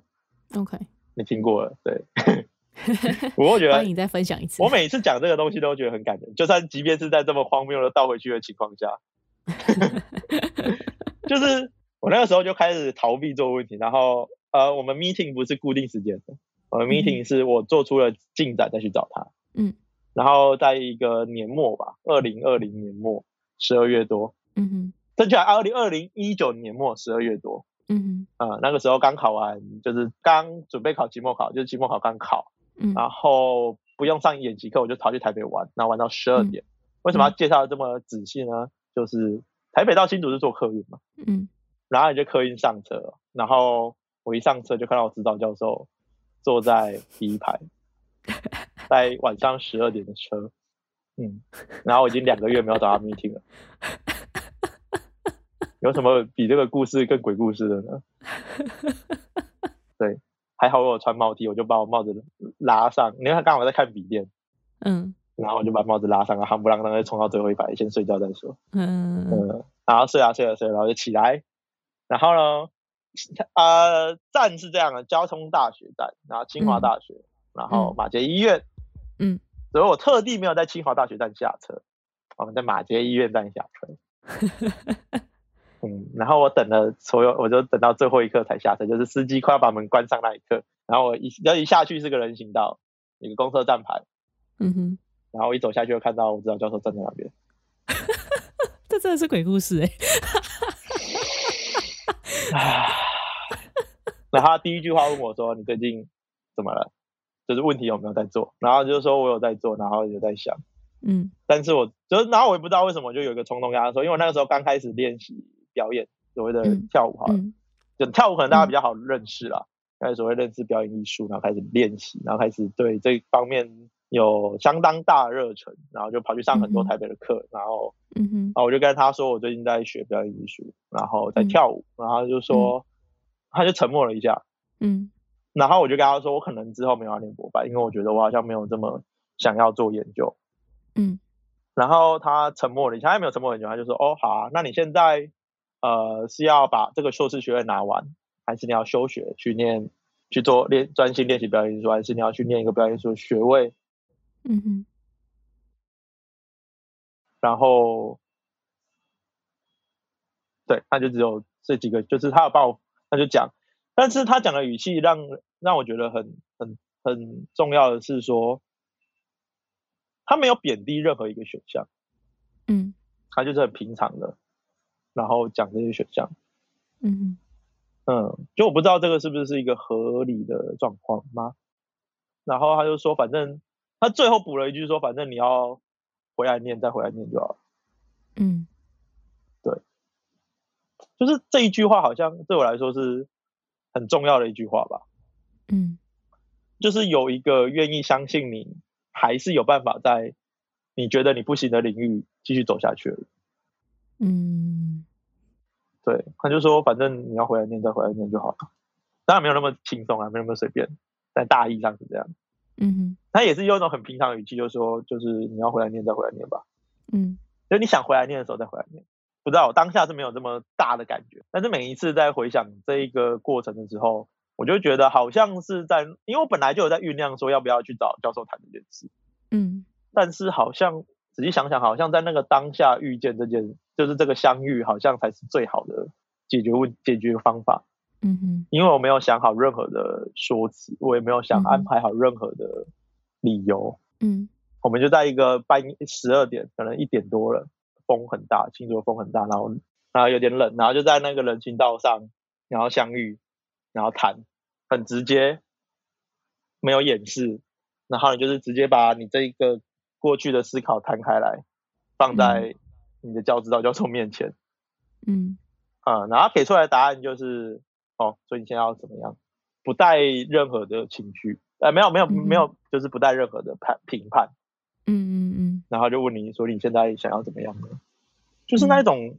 S2: ，OK，
S3: 你听过了，
S2: *laughs*
S3: 对， *laughs* 我会觉得
S2: 欢迎再分享一次。
S3: 我每次讲这个东西都觉得很感人，就算即便是在这么荒谬的倒回去的情况下，就是我那个时候就开始逃避做问题，然后呃，我们 meeting 不是固定时间的，我们 meeting 是我做出了进展再去找他，
S2: 嗯，
S3: 然后在一个年末吧，二零二零年末十二月多，
S2: 嗯哼，
S3: 正确二零二零一九年末十二月多，
S2: 嗯
S3: 啊、那个时候刚考完，就是刚准备考期末考，就是期末考刚考，
S2: 哼，嗯
S3: 然后不用上演习课，我就逃去台北玩，然后玩到十二点。为什么要介绍的这么仔细呢？就是台北到新竹是坐客运嘛，
S2: 嗯
S3: 然后你就客运上车，然后我一上车就看到我指导教授坐在第一排，在晚上十二点的车，嗯，然后我已经两个月没有找他 meeting 了。有什么比这个故事更鬼故事的呢？对，还好我有穿帽 T，我就把我帽子拉上。你看，刚好我在看笔电，
S2: 嗯
S3: 然后我就把帽子拉上，然后夯不啷当的冲到最后一排，先睡觉再说。
S2: 嗯
S3: 嗯，然后睡啊睡啊睡啊，然后就起来，然后呢，呃，站是这样的，交通大学站，然后清华大学，然后
S2: 嗯
S3: 马偕医院，
S2: 嗯，
S3: 所以我特地没有在清华大学站下车，我们在马偕医院站下
S2: *laughs*
S3: 车，嗯，然后我等了所有，我就等到最后一刻才下车，就是司机快要把门关上那一刻，然后我一要一下去是个人行道，一个公车站牌，
S2: 嗯哼，
S3: 然后我一走下去就看到我指导教授站在那边，
S2: 这真的是鬼故事哎。
S3: 然后他第一句话问我说：“你最近怎么了？就是问题有没有在做？”然后就说我有在做，然后有在想，
S2: 嗯
S3: 但是我就是，然后我也不知道为什么，我就有一个冲动跟他说，因为我那个时候刚开始练习表演所谓的
S2: 嗯
S3: 跳舞好了，
S2: 嗯
S3: 就跳舞可能大家
S2: 嗯
S3: 比较好认识啦，开始所谓认识表演艺术，然后开始练习，然后开始对这方面有相当大的热忱，然后就跑去上很多
S2: 嗯哼
S3: 台北的课，然后
S2: 嗯哼
S3: 然，后我就跟他说我最近在学表演艺术，然后在
S2: 嗯
S3: 跳舞，然后他就说，他就沉默了一下。
S2: 嗯
S3: 然后我就跟他说，我可能之后没有要念博班，因为我觉得我好像没有这么想要做研究。
S2: 嗯
S3: 然后他沉默了一下，他也没有沉默很久，他就说：“哦，好啊，那你现在呃是要把这个硕士学位拿完，还是你要休学去念去做练专心练习表演艺术，还是你要去念一个表演艺术学位？”
S2: 嗯哼，
S3: 然后对，他就只有这几个，就是他有帮我，他就讲，但是他讲的语气让让我觉得很很很重要的是说，他没有贬低任何一个选项，
S2: 嗯
S3: 他就是很平常的，然后讲这些选项，
S2: 嗯哼，
S3: 嗯，就我不知道这个是不是一个合理的状况吗？然后他就说，反正他最后补了一句说，反正你要回来念，再回来念就好了。
S2: 嗯
S3: 就是这一句话好像对我来说是很重要的一句话吧，
S2: 嗯
S3: 就是有一个愿意相信你，还是有办法在你觉得你不行的领域继续走下去。
S2: 嗯
S3: 对，他就说反正你要回来念再回来念就好了，当然没有那么轻松啊，没有那么随便，但大意上是这样。
S2: 嗯哼，
S3: 他也是用一种很平常的语气，就说就是你要回来念再回来念吧，
S2: 嗯
S3: 就你想回来念的时候再回来念。不知道，我当下是没有这么大的感觉，但是每一次在回想这一个过程的时候，我就觉得好像是在，因为我本来就有在酝酿说要不要去找教授谈这件事，
S2: 嗯
S3: 但是好像仔细想想，好像在那个当下遇见这件，就是这个相遇，好像才是最好的解决问解决方法，
S2: 嗯哼，
S3: 因为我没有想好任何的说辞，我也没有想
S2: 嗯哼
S3: 安排好任何的理由，
S2: 嗯
S3: 我们就在一个半夜十二点，可能一点多了，风很大，新竹的风很大，然后然后有点冷，然后就在那个人行道上，然后相遇，然后谈，很直接，没有掩饰，然后你就是直接把你这一个过去的思考摊开来，放在你的教指导教授面前，
S2: 嗯
S3: 啊、然后他给出来的答案就是，哦，所以你现在要怎么样？不带任何的情绪，呃，没有没有没有，就是不带任何的判评判，
S2: 嗯嗯嗯，
S3: 然后就问你说你现在想要怎么样呢？就是那一种、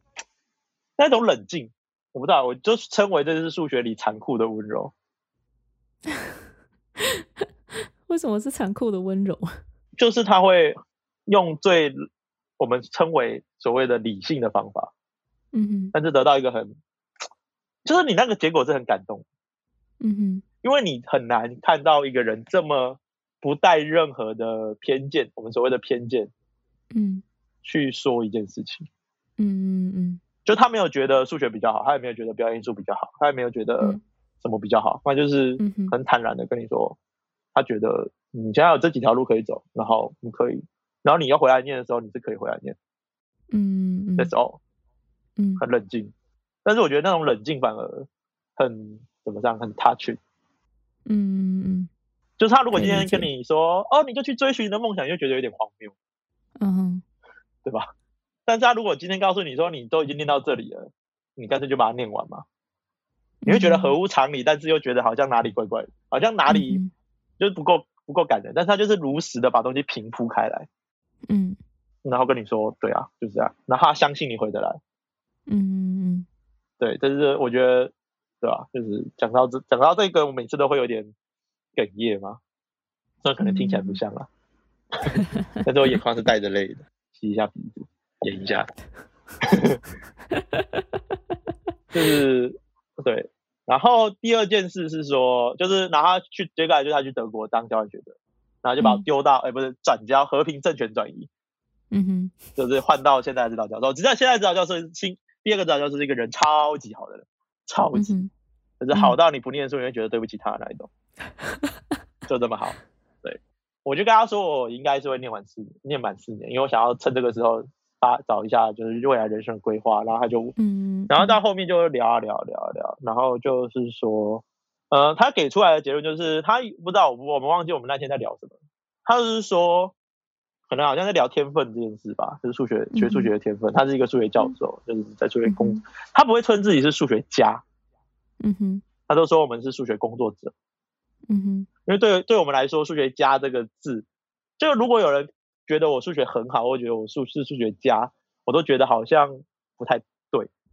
S3: 那一种冷静，我不知道，我就称为这是数学里残酷的温柔。
S2: 为什么是残酷的温柔？
S3: 就是他会用最我们称为所谓的理性的方法，
S2: 嗯哼
S3: 但是得到一个很，就是你那个结果是很感动，
S2: 嗯哼
S3: 因为你很难看到一个人这么不带任何的偏见，我们所谓的偏见
S2: 嗯
S3: 去说一件事情。
S2: 嗯嗯嗯
S3: 就他没有觉得数学比较好，他也没有觉得表演艺术比较好，他也没有觉得
S2: 嗯
S3: 什么比较好，那就是
S2: 嗯哼
S3: 很坦然的跟你说，他觉得你现在有这几条路可以走，然后你可以，然后你要回来念的时候，你是可以回来念
S2: 嗯嗯
S3: ，that's all。
S2: 嗯
S3: 很冷静，但是我觉得那种冷静反而很怎么讲，很 touch。
S2: 嗯嗯
S3: 就是他如果
S2: 可以
S3: 今天
S2: 理解
S3: 跟你说，哦，你就去追寻你的梦想，你就觉得有点荒谬，
S2: 嗯哼
S3: 对吧？但是他如果今天告诉你说，你都已经念到这里了，你干脆就把它念完嘛，你会觉得合乎常理，但是又觉得好像哪里怪怪的，好像哪里
S2: 嗯嗯
S3: 就是不够不够感人，但是他就是如实的把东西平铺开来，
S2: 嗯
S3: 然后跟你说，对啊，就是这样，然后他相信你回得来，
S2: 嗯
S3: 对，但是我觉得，对吧？就是讲到这，讲到这个，我每次都会有点哽咽嘛。虽然可能听起来不像啦， *laughs* 但是我眼眶是带着泪的，吸一下鼻子，演一下，就是对。然后第二件事是说，就是拿他去，接下来就是他去德国当交换学者，然后就把我
S2: 嗯
S3: 丢到，哎、不是转交和平政权转移，
S2: 嗯哼
S3: 就是换到现在的指导教授，只道现在的指导教授是新第二个指导教授是一个人超级好的人，超
S2: 嗯
S3: 级、
S2: 哼
S3: 就是好到你不念书你会觉得对不起他的那一种，就这么好。对，我就跟他说我应该是会念完四年，念满四年，因为我想要趁这个时候发找一下就是未来人生的规划，然后他就
S2: 嗯，
S3: 然后到后面就聊啊聊啊聊啊聊啊，然后就是说，呃，他给出来的结论就是他不知道我我们忘记我们那天在聊什么，他就是说，可能好像在聊天分这件事吧，就是数学学数学的天分，他是一个数学教授，就是在数学工，他不会称自己是数学家，
S2: 嗯哼
S3: 他都说我们是数学工作者，
S2: 嗯哼
S3: 因为对对我们来说，数学家这个字，就如果有人觉得我数学很好，或者觉得我数是数学家，我都觉得好像不太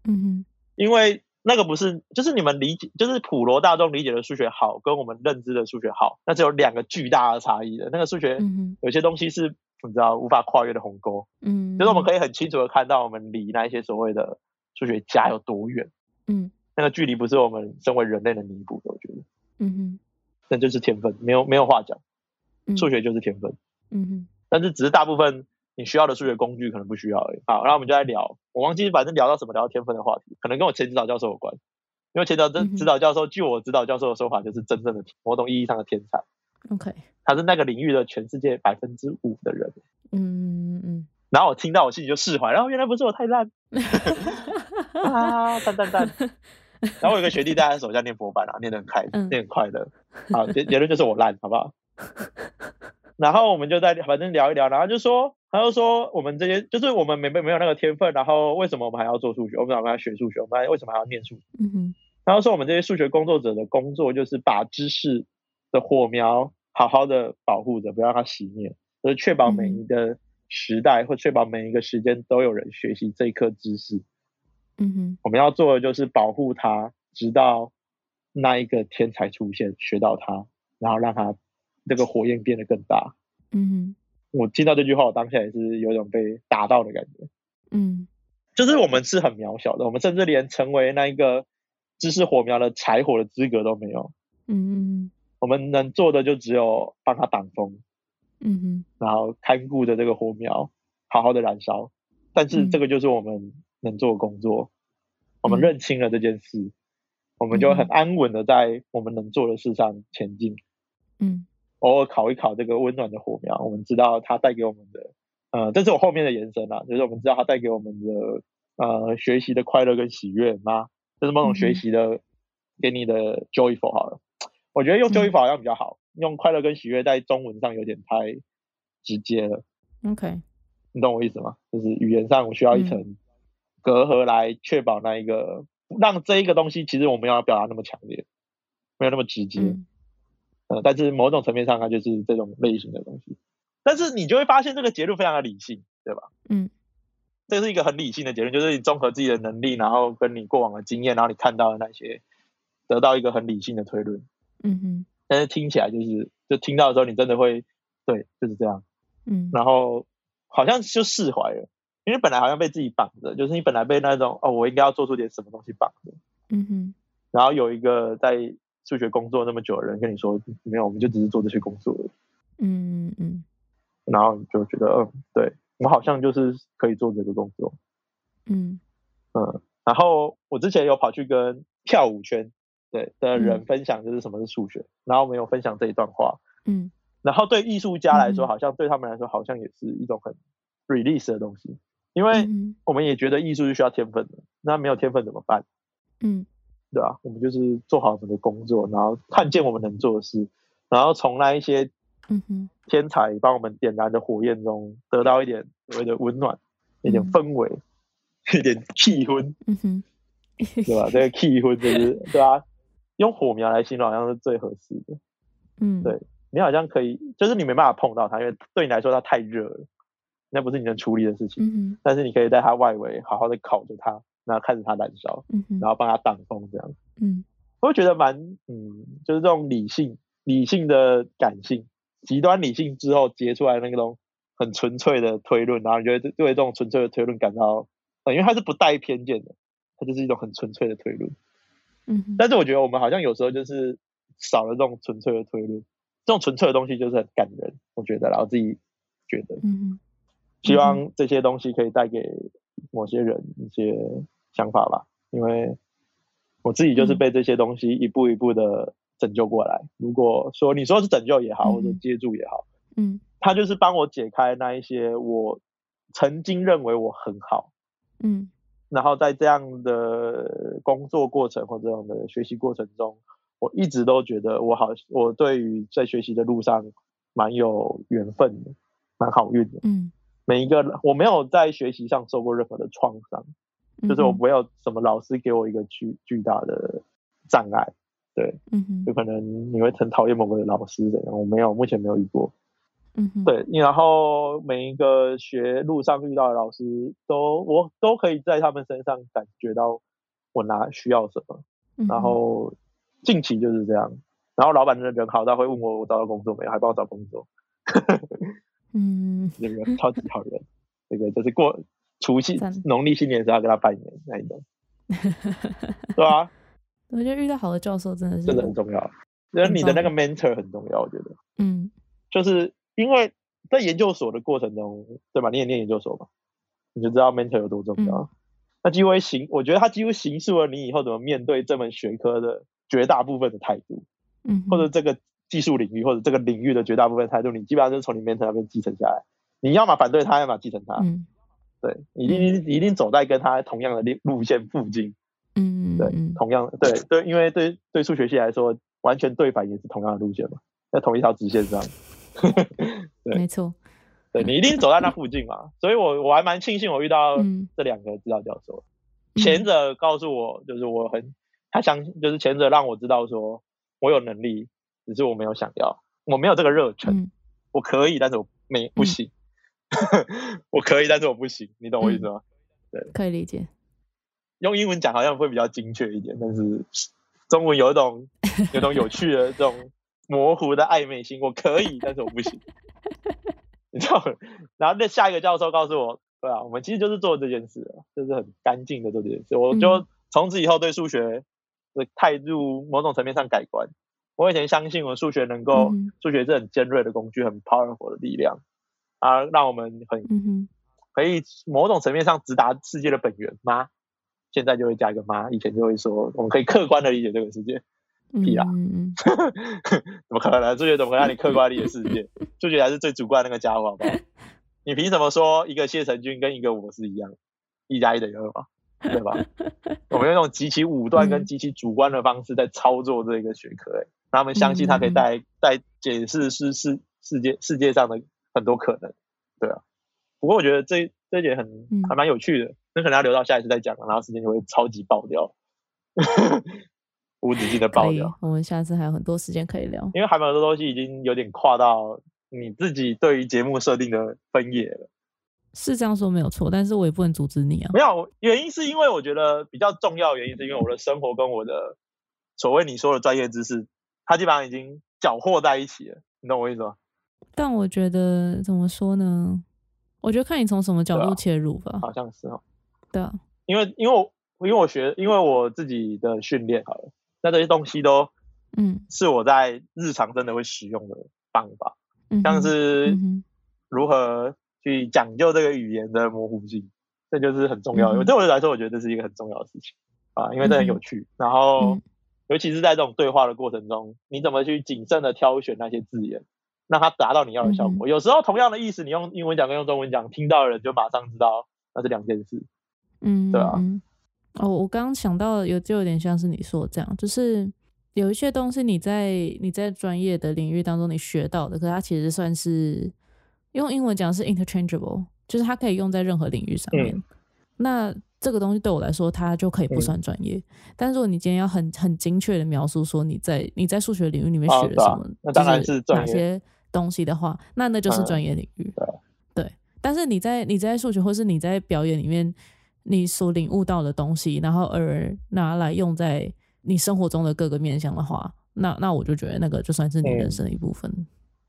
S2: 嗯哼
S3: 因为那个不是，就是你们理解，就是普罗大众理解的数学好，跟我们认知的数学好，那是有两个巨大的差异的。那个数学
S2: 嗯哼
S3: 有些东西是你知道无法跨越的鸿沟，
S2: 嗯，
S3: 就是我们
S2: 以
S3: 可以很清楚的看到我们离那一些所谓的数学家有多远，
S2: 嗯
S3: 那个距离不是我们身为人类能弥补的。我觉得
S2: 嗯
S3: 那就是天分，没有没有话讲，
S2: 哼
S3: 数学就是天分。
S2: 嗯哼
S3: 但是只是大部分你需要的数学工具可能不需要而已。好，然后我们就在聊，我忘记反正聊到什么聊到天分的话题，可能跟我前指导教授有关，因为前导
S2: 嗯哼
S3: 指导教授，据我指导教授的说法，就是真正的某种意义上的天才，
S2: OK
S3: 他是那个领域的全世界百分之五的人。
S2: 嗯嗯
S3: 然后我听到我心里就释怀，然后原来不是我太烂啊，赞赞赞。然后我有个学弟在他手下念佛班啊，念得很开，
S2: 嗯
S3: 念得很快乐。好，结结论就是我烂，好不 *laughs* 好？然后我们就在反正聊一聊，然后就说，他就说我们这些就是我们没没没有那个天分，然后为什么我们还要做数学？我们为什么还要学数学？我们还为什么还要念数学？
S2: 嗯哼
S3: 然后说我们这些数学工作者的工作就是把知识的火苗好好的保护着，不要让它熄灭，就是确保每一个时代或确保每一个时间都有人学习这一课知识。
S2: 嗯哼
S3: 我们要做的就是保护它，直到那一个天才出现，学到它，然后让它这个火焰变得更大。
S2: 嗯哼
S3: 我听到这句话，我当下也是有一种被打到的感觉。
S2: 嗯
S3: 就是我们是很渺小的，我们甚至连成为那一个知识火苗的柴火的资格都没有。
S2: 嗯
S3: 我们能做的就只有帮它挡风，
S2: 嗯哼
S3: 然后看顾着这个火苗，好好的燃烧。但是
S2: 嗯
S3: 这个就是我们能做的工作。我们
S2: 嗯
S3: 认清了这件事，我们就会很
S2: 嗯
S3: 安稳的在我们能做的事上前进。
S2: 嗯
S3: 偶尔烤一烤这个温暖的火苗，我们知道它带给我们的，呃，这是我后面的延伸啦、就是我们知道它带给我们的，呃，学习的快乐跟喜悦吗？这是某种
S2: 嗯
S3: 学习的给你的 joyful 好了。我觉得用 joyful 好像比较好，用快乐跟喜悦在中文上有点太直接了，
S2: OK，
S3: 你懂我意思吗？就是语言上我需要一层隔阂来确保那一个，让这一个东西其实我没有要表达那么强烈，没有那么直接。
S2: 嗯
S3: 呃，但是某种层面上，它就是这种类型的东西。但是你就会发现这个结论非常的理性，对吧？
S2: 嗯，
S3: 这是一个很理性的结论，就是你综合自己的能力，然后跟你过往的经验，然后你看到的那些，得到一个很理性的推论。
S2: 嗯哼，
S3: 但是听起来就是，就听到的时候，你真的会，对，就是这样。
S2: 嗯
S3: 然后好像就释怀了，因为本来好像被自己绑着，就是你本来被那种哦，我应该要做出点什么东西绑着。
S2: 嗯哼，
S3: 然后有一个在数学工作那么久的人跟你说，没有，我们就只是做这些工作而已。
S2: 嗯嗯
S3: 然后你就觉得，嗯，对我好像就是可以做这个工作，
S2: 嗯
S3: 嗯。然后我之前有跑去跟跳舞圈对的人
S2: 嗯
S3: 分享，就是什么是数学，然后我们有分享这一段话。
S2: 嗯
S3: 然后对艺术家来说，
S2: 嗯
S3: 好像对他们来说，好像也是一种很 release 的东西，因为
S2: 嗯
S3: 我们也觉得艺术是需要天分的，那没有天分怎么办？
S2: 嗯
S3: 对啊，我们就是做好我们的工作，然后看见我们能做的事，然后从那一些
S2: 嗯哼，
S3: 天才帮我们点燃的火焰中得到一点所谓的温暖，一点
S2: 嗯
S3: 氛围， *laughs* 一点气氛，
S2: 嗯哼，
S3: 对吧？这个气氛就是对啊，用火苗来形容好像是最合适的。
S2: 嗯，
S3: 对你好像可以，就是你没办法碰到它，因为对你来说它太热了，那不是你能处理的事情。
S2: 嗯哼，
S3: 但是你可以在它外围好好的烤着它，然后看着它燃烧，
S2: 嗯哼，
S3: 然后帮它挡风这样。
S2: 嗯
S3: 我会觉得蛮嗯，就是这种理性、理性的感性、极端理性之后结出来那种很纯粹的推论，然后你就会对对这种纯粹的推论感到，呃，因为它是不带偏见的，它就是一种很纯粹的推论。
S2: 嗯哼，
S3: 但是我觉得我们好像有时候就是少了这种纯粹的推论，这种纯粹的东西就是很感人，我觉得啦，然后自己觉得，
S2: 嗯哼，
S3: 希望这些东西可以带给某些人一些想法吧，因为我自己就是
S2: 嗯
S3: 被这些东西一步一步的拯救过来。如果说你说是拯救也好，或者
S2: 嗯哼
S3: 接住也好，
S2: 嗯
S3: 它就是帮我解开那一些我曾经认为我很好，
S2: 嗯
S3: 然后在这样的工作过程或这样的学习过程中，我一直都觉得我好，我对于在学习的路上蛮有缘分的，蛮好运的。
S2: 嗯，
S3: 每一个我没有在学习上受过任何的创伤，
S2: 嗯
S3: 就是我，没有什么老师给我一个巨巨大的障碍，
S2: 嗯哼
S3: 有，可能你会很讨厌某个老师怎样，我没有，目前没有遇过。
S2: 嗯哼，，
S3: 对，然后每一个学路上遇到的老师，都我都可以在他们身上感觉到我哪需要什么，
S2: 嗯
S3: 然，后近期就是这样。然后老板的人好到会问我我找到工作没有，还帮我找工作，
S2: 嗯
S3: 这个超级好人， *laughs* 这个就是过除夕
S2: 赞
S3: 农历新年的时候要跟他拜年那
S2: *laughs*
S3: 一种，对啊，
S2: 我觉得遇到好的教授真的是
S3: 真的很重要。就是你的那
S2: 嗯很
S3: 个
S2: 棒
S3: mentor 很重要，我觉得，
S2: 嗯
S3: 就是因为在研究所的过程中，对吧？你也念研究所嘛，你就知道 mentor 有多重要。
S2: 嗯
S3: 那几乎会形，我觉得它几乎形塑了你以后怎么面对这门学科的绝大部分的态度，
S2: 嗯，
S3: 或者这个技术领域或者这个领域的绝大部分态度，你基本上就是从你 mentor 那边继承下来。你要么反对他，要么继承他。
S2: 嗯
S3: 对，一定一定走在跟他同样的路路线附近，
S2: 嗯
S3: 对，
S2: 嗯
S3: 同样的对对，因为对对数学系来说，完全对反也是同样的路线嘛，在同一条直线上，
S2: 没错，
S3: 对你一定走在那附近嘛，所以我我还蛮庆幸我遇到
S2: 嗯，
S3: 这两个指导教授，前者告诉我就是我很他想就是前者让我知道说我有能力，只是我没有想要，我没有这个热忱，
S2: 嗯
S3: 我可以，但是我没不
S2: 嗯
S3: 行， *laughs* 我可以，但是我不行，你懂我意思吗？
S2: 可以理解，
S3: 用英文讲好像会比较精确一点，但是中文有一种有一种有趣的这种模糊的暧昧性，我可以， *laughs* 但是我不行，你知道吗？然后那下一个教授告诉我，对啊，我们其实就是做这件事啊，就是很干净的做这件事。我就
S2: 嗯
S3: 从此以后对数学的态度某种层面上改观。我以前相信我数学能够，
S2: 嗯哼
S3: 数学是很尖锐的工具，很 powerful 的力量，啊，让我们很
S2: 嗯哼，
S3: 可以某种层面上直达世界的本源吗？现在就会加一个妈，以前就会说我们可以客观的理解这个世界，啊
S2: 嗯嗯
S3: *laughs* 怎么可能？数学怎么可能让你客观地理解世界？数学才是最主观的那个家伙，好不好？你凭什么说一个谢成军跟一个我是一样？一加一等于二吗？对
S2: *laughs*
S3: 吧？我们用那种极其武断跟极其主观的方式在操作这个学科、欸，哎，他们相信它
S2: 嗯
S3: 可以带来带解释是世世界世界上的很多可能，对啊。不过我觉得这这点很
S2: 嗯
S3: 还蛮有趣的，那可能要留到下一次再讲，然后时间就会超级爆掉， *laughs* 无止境的爆
S2: 可以
S3: 掉。，
S2: 我们下次还有很多时间可以聊。
S3: 因为还蛮多东西已经有点跨到你自己对于节目设定的分野了。
S2: 是这样说没有错，但是我也不能阻止你啊。
S3: 没有原因是因为我觉得比较重要的原因是因为我的生活跟我的所谓你说的专业知识，它基本上已经搅和在一起了。你懂我意思吗？
S2: 但我觉得怎么说呢？我觉得看你从什么角
S3: 对
S2: 度
S3: 啊
S2: 切入吧。
S3: 好像是哦，
S2: 对啊，
S3: 因为因为我因为我学因为我自己的训练好了，那这些东西都
S2: 嗯
S3: 是我在日常真的会使用的方法，
S2: 嗯哼，
S3: 像是
S2: 嗯哼
S3: 如何去讲究这个语言的模糊性，这就是很重要
S2: 嗯
S3: 的。
S2: 哼
S3: 对我来说，我觉得这是一个很重要的事情啊，因为这很有趣。然后
S2: 嗯，
S3: 尤其是在这种对话的过程中，你怎么去谨慎的挑选那些字眼，让它达到你要的效
S2: 嗯
S3: 果？有时候同样的意思，你用英文讲跟用中文讲，听到的人就马上知道那是两件事。
S2: 嗯，
S3: 对啊
S2: 嗯哦，我刚刚想到有就有点像是你说的这样，就是有一些东西你在你在专业的领域当中你学到的，可是它其实算是用英文讲是 interchangeable，就是它可以用在任何领域上面。那这个东西对我来说，它就可以不
S3: 嗯
S2: 算专业。但如果你今天要很很精确的描述说你在你在数学领域里面
S3: 哦
S2: 学了
S3: 对
S2: 什
S3: 啊
S2: 么，
S3: 那
S2: 就
S3: 当然
S2: 是
S3: 是专
S2: 哪
S3: 业
S2: 些东西的话，那那就是
S3: 嗯
S2: 专业领域。
S3: 对啊
S2: 对，但是你在你在数学或是你在表演里面，你所领悟到的东西，然后而拿来用在你生活中的各个面向的话，那那我就觉得那个就算是你
S3: 嗯
S2: 人生的一部分。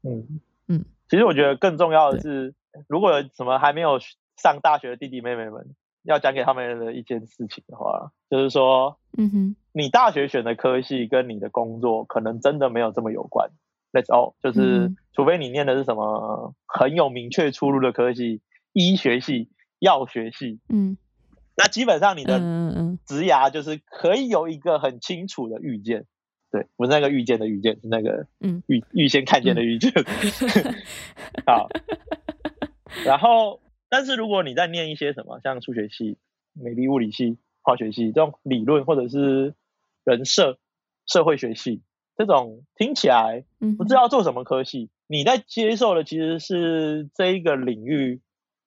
S3: 嗯
S2: 嗯
S3: 嗯，其实我觉得更重要的是，如果有什么还没有上大学的弟弟妹妹们，要讲给他们的一件事情的话，就是说，
S2: 嗯哼，
S3: 你大学选的科系跟你的工作可能真的没有这么有关。That's all，就是、
S2: 嗯
S3: 除非你念的是什么很有明确出路的科系，医学系、药学系，
S2: 嗯
S3: 那基本上你的
S2: 嗯嗯
S3: *laughs*
S2: 嗯，
S3: 职涯就是可以有一个很清楚的预见。对，不是那个预见的预见，是那个
S2: 嗯
S3: 预预先看见的预见。 *laughs* 好，然后，但是如果你在念一些什么，像数学系、美丽物理系、化学系这种理论，或者是人社、社会学系这种听起来
S2: 嗯
S3: 不知道做什么科系，你在接受的其实是这一个领域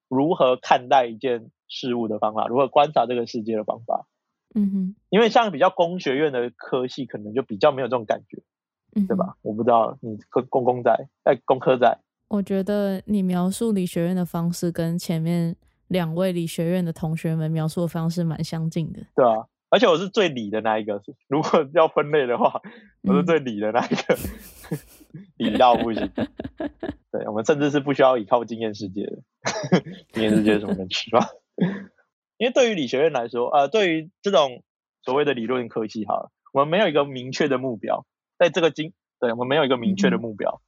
S3: 如何看待一件事物的方法，如何观察这个世界的方法。
S2: 嗯哼，
S3: 因为像比较工学院的科系，可能就比较没有这种感觉，
S2: 嗯哼
S3: 对？吧？我不知道你工工工仔，哎、工科仔，
S2: 我觉得你描述理学院的方式跟前面两位理学院的同学们描述的方式蛮相近的。
S3: 对啊，而且我是最理的那一个，如果要分类的话，我是
S2: 嗯
S3: 最理的那一个， *laughs* 理到不
S2: *laughs*
S3: 行。对，我们甚至是不需要依靠经验世界的，经验世界是什么能吃吗？ *laughs* 因为对于理学院来说，呃，对于这种所谓的理论科技，哈，我们没有一个明确的目标，在这个经，对我们没有一个明确的
S2: 嗯
S3: 目标，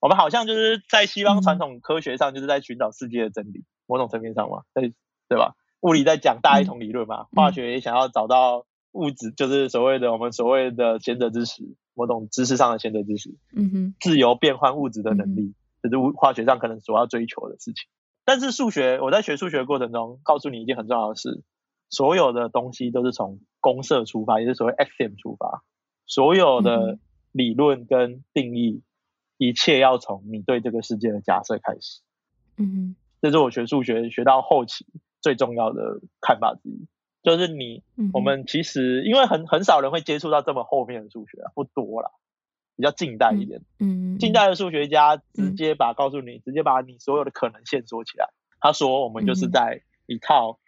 S3: 我们好像就是在西方传
S2: 嗯
S3: 统科学上，就是在寻找世界的真理，某种层面上嘛，对对吧？物理在讲大一统理论嘛，化学也想要找到物质，就是所谓的我们所谓的贤者之石，某种知识上的贤者之石。
S2: 嗯哼，
S3: 自由变换物质的能力，这、是物化学上可能所要追求的事情。但是数学，我在学数学的过程中，告诉你一件很重要的事：所有的东西都是从公社出发，也就是所谓 axiom 出发。所有
S2: 嗯
S3: 的理论跟定义，一切要从你对这个世界的假设开始。
S2: 嗯哼，
S3: 这是我学数学学到后期最重要的看法之一，就是你
S2: 嗯哼
S3: 我们其实因为很很少人会接触到这么后面的数学、啊，不多啦，比较近代一点。
S2: 嗯，嗯
S3: 近代的数学家直
S2: 嗯
S3: 接把告诉你，直接把你所有的可能线索起来。他说，我们就
S2: 嗯
S3: 是
S2: 哼
S3: 在一套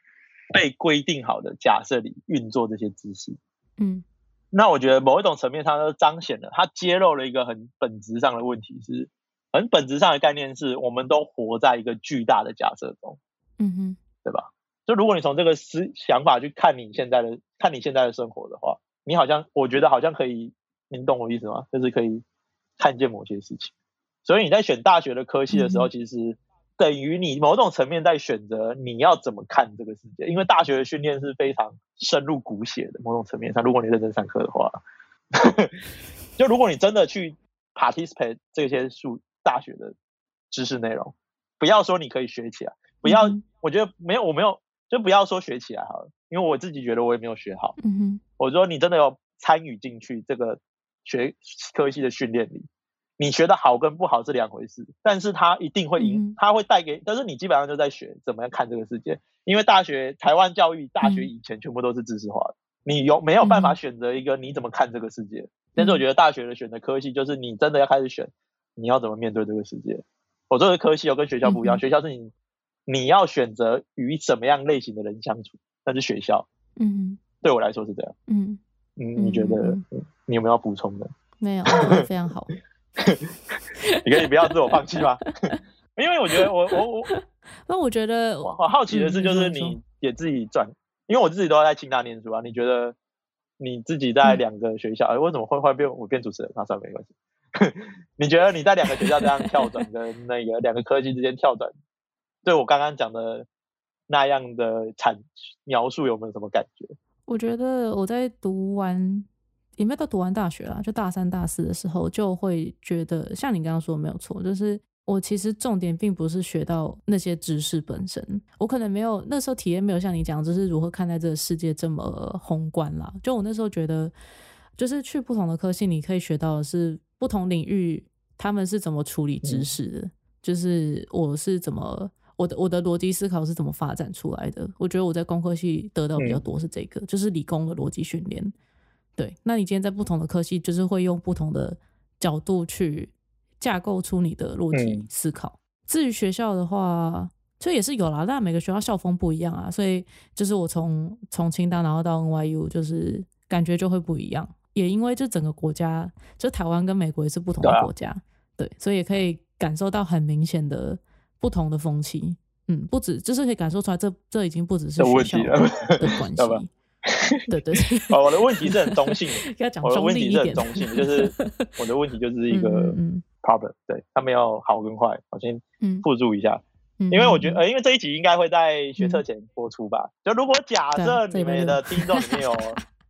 S3: 被规定好的假设里运作这些知识。
S2: 嗯
S3: 那我觉得某一种层面上，它彰显了，它揭露了一个很本质上的问题是，很本质上的概念是，我们都活在一个巨大的假设中。
S2: 嗯哼，
S3: 就如果你从这个思想法去看你现在的看你现在的生活的话，你好像我觉得好像可以，你懂我意思吗？就是可以看见某些事情。所以你在选大学的科系的时
S2: 嗯
S3: 候，其实等于你某种层面在选择你要怎么看这个世界，因为大学的训练是非常深入骨血的。某种层面上，如果你认真上课的话， *laughs* 就如果你真的去 participate 这些数大学的知识内容，不要说你可以学起来，不要
S2: 嗯哼
S3: 我觉得没有，我没有，就不要说学起来好了。因为我自己觉得我也没有学好。
S2: 嗯哼，
S3: 我说你真的有参与进去这个学科系的训练里，你学的好跟不好是两回事，但是它一定会
S2: 嗯
S3: 影，它会带给，但是你基本上就在学怎么样看这个世界，因为大学台湾教育大学
S2: 嗯
S3: 以前全部都是知识化的，你有没有办
S2: 嗯
S3: 法选择一个你怎么看这个世界？但是我觉得大学的选的科系就是你真的要开始选，你要怎么面对这个世界。我这个科系哦跟学校不一
S2: 嗯
S3: 样，
S2: 哼
S3: 学校是你你要选择与什么样类型的人相处，那是学校。
S2: 嗯哼，
S3: 对我来说是这样。
S2: 嗯，
S3: 嗯，你觉得
S2: 嗯
S3: 你有没有要补充的？
S2: 没有，我觉得非常
S3: *laughs*
S2: 好。
S3: 你可以不要自我放弃吗？ *laughs* 因为我觉得我我
S2: *laughs*
S3: 我
S2: 那我觉得
S3: 我我好奇的是，
S2: 嗯
S3: 就是
S2: 你说
S3: 你
S2: 你说
S3: 也自己转，因为我自己都在清大念书啊。你觉得你自己在
S2: 嗯
S3: 两个学校，哎、为什么会会变我变主持人？那算了没关系。 *laughs* 你觉得你在两个学校这样跳转跟那个两个科技之间跳转，对我刚刚讲的那样的阐描述有没有什么感觉？
S2: 我觉得我在读完也没有到读完大学啦，就大三、大四的时候，就会觉得像你刚刚说的没有错，就是我其实重点并不是学到那些知识本身，我可能没有那时候体验没有像你讲，就是如何看待这个世界这么宏观啦。就我那时候觉得，就是去不同的科系，你可以学到的是不同领域他们是怎么处理知
S3: 嗯
S2: 识的，就是我是怎么我的我的逻辑思考是怎么发展出来的。我觉得我在工科系得到比较
S3: 嗯
S2: 多是这个，就是理工的逻辑训练。对，那你今天在不同的科系，就是会用不同的角度去架构出你的逻辑
S3: 嗯
S2: 思考。至于学校的话，这也是有啦，但每个学校校风不一样啊，所以就是我从从清大然后到 NYU，就是感觉就会不一样。也因为这整个国家，就台湾跟美国也是不同
S3: 对
S2: 的
S3: 啊
S2: 国家，对，所以也可以感受到很明显的不同的风气。嗯，不止，就是可以感受出来这，这已经不只是
S3: 这
S2: 学
S3: 问
S2: 校
S3: 题
S2: 的
S3: 了
S2: 关
S3: 要不然
S2: 系。对对对，
S3: 哦，我的问题是很中性的，
S2: *laughs* 要讲
S3: 我的
S2: 中
S3: 问
S2: 立
S3: 题
S2: 一
S3: 是
S2: 点
S3: 很，中性的，
S2: *laughs*
S3: 就是我的问题就是一个
S2: 嗯嗯
S3: problem，对，它没有好跟坏，我先
S2: 嗯
S3: 附注一下，
S2: 嗯，
S3: 因为我觉
S2: 嗯
S3: 得，呃，因为这一集应该会在学测前播出吧。就如果假
S2: 对
S3: 设
S2: 这
S3: 你
S2: 礼拜
S3: 们
S2: 六
S3: 的听众里
S2: *laughs*
S3: 面有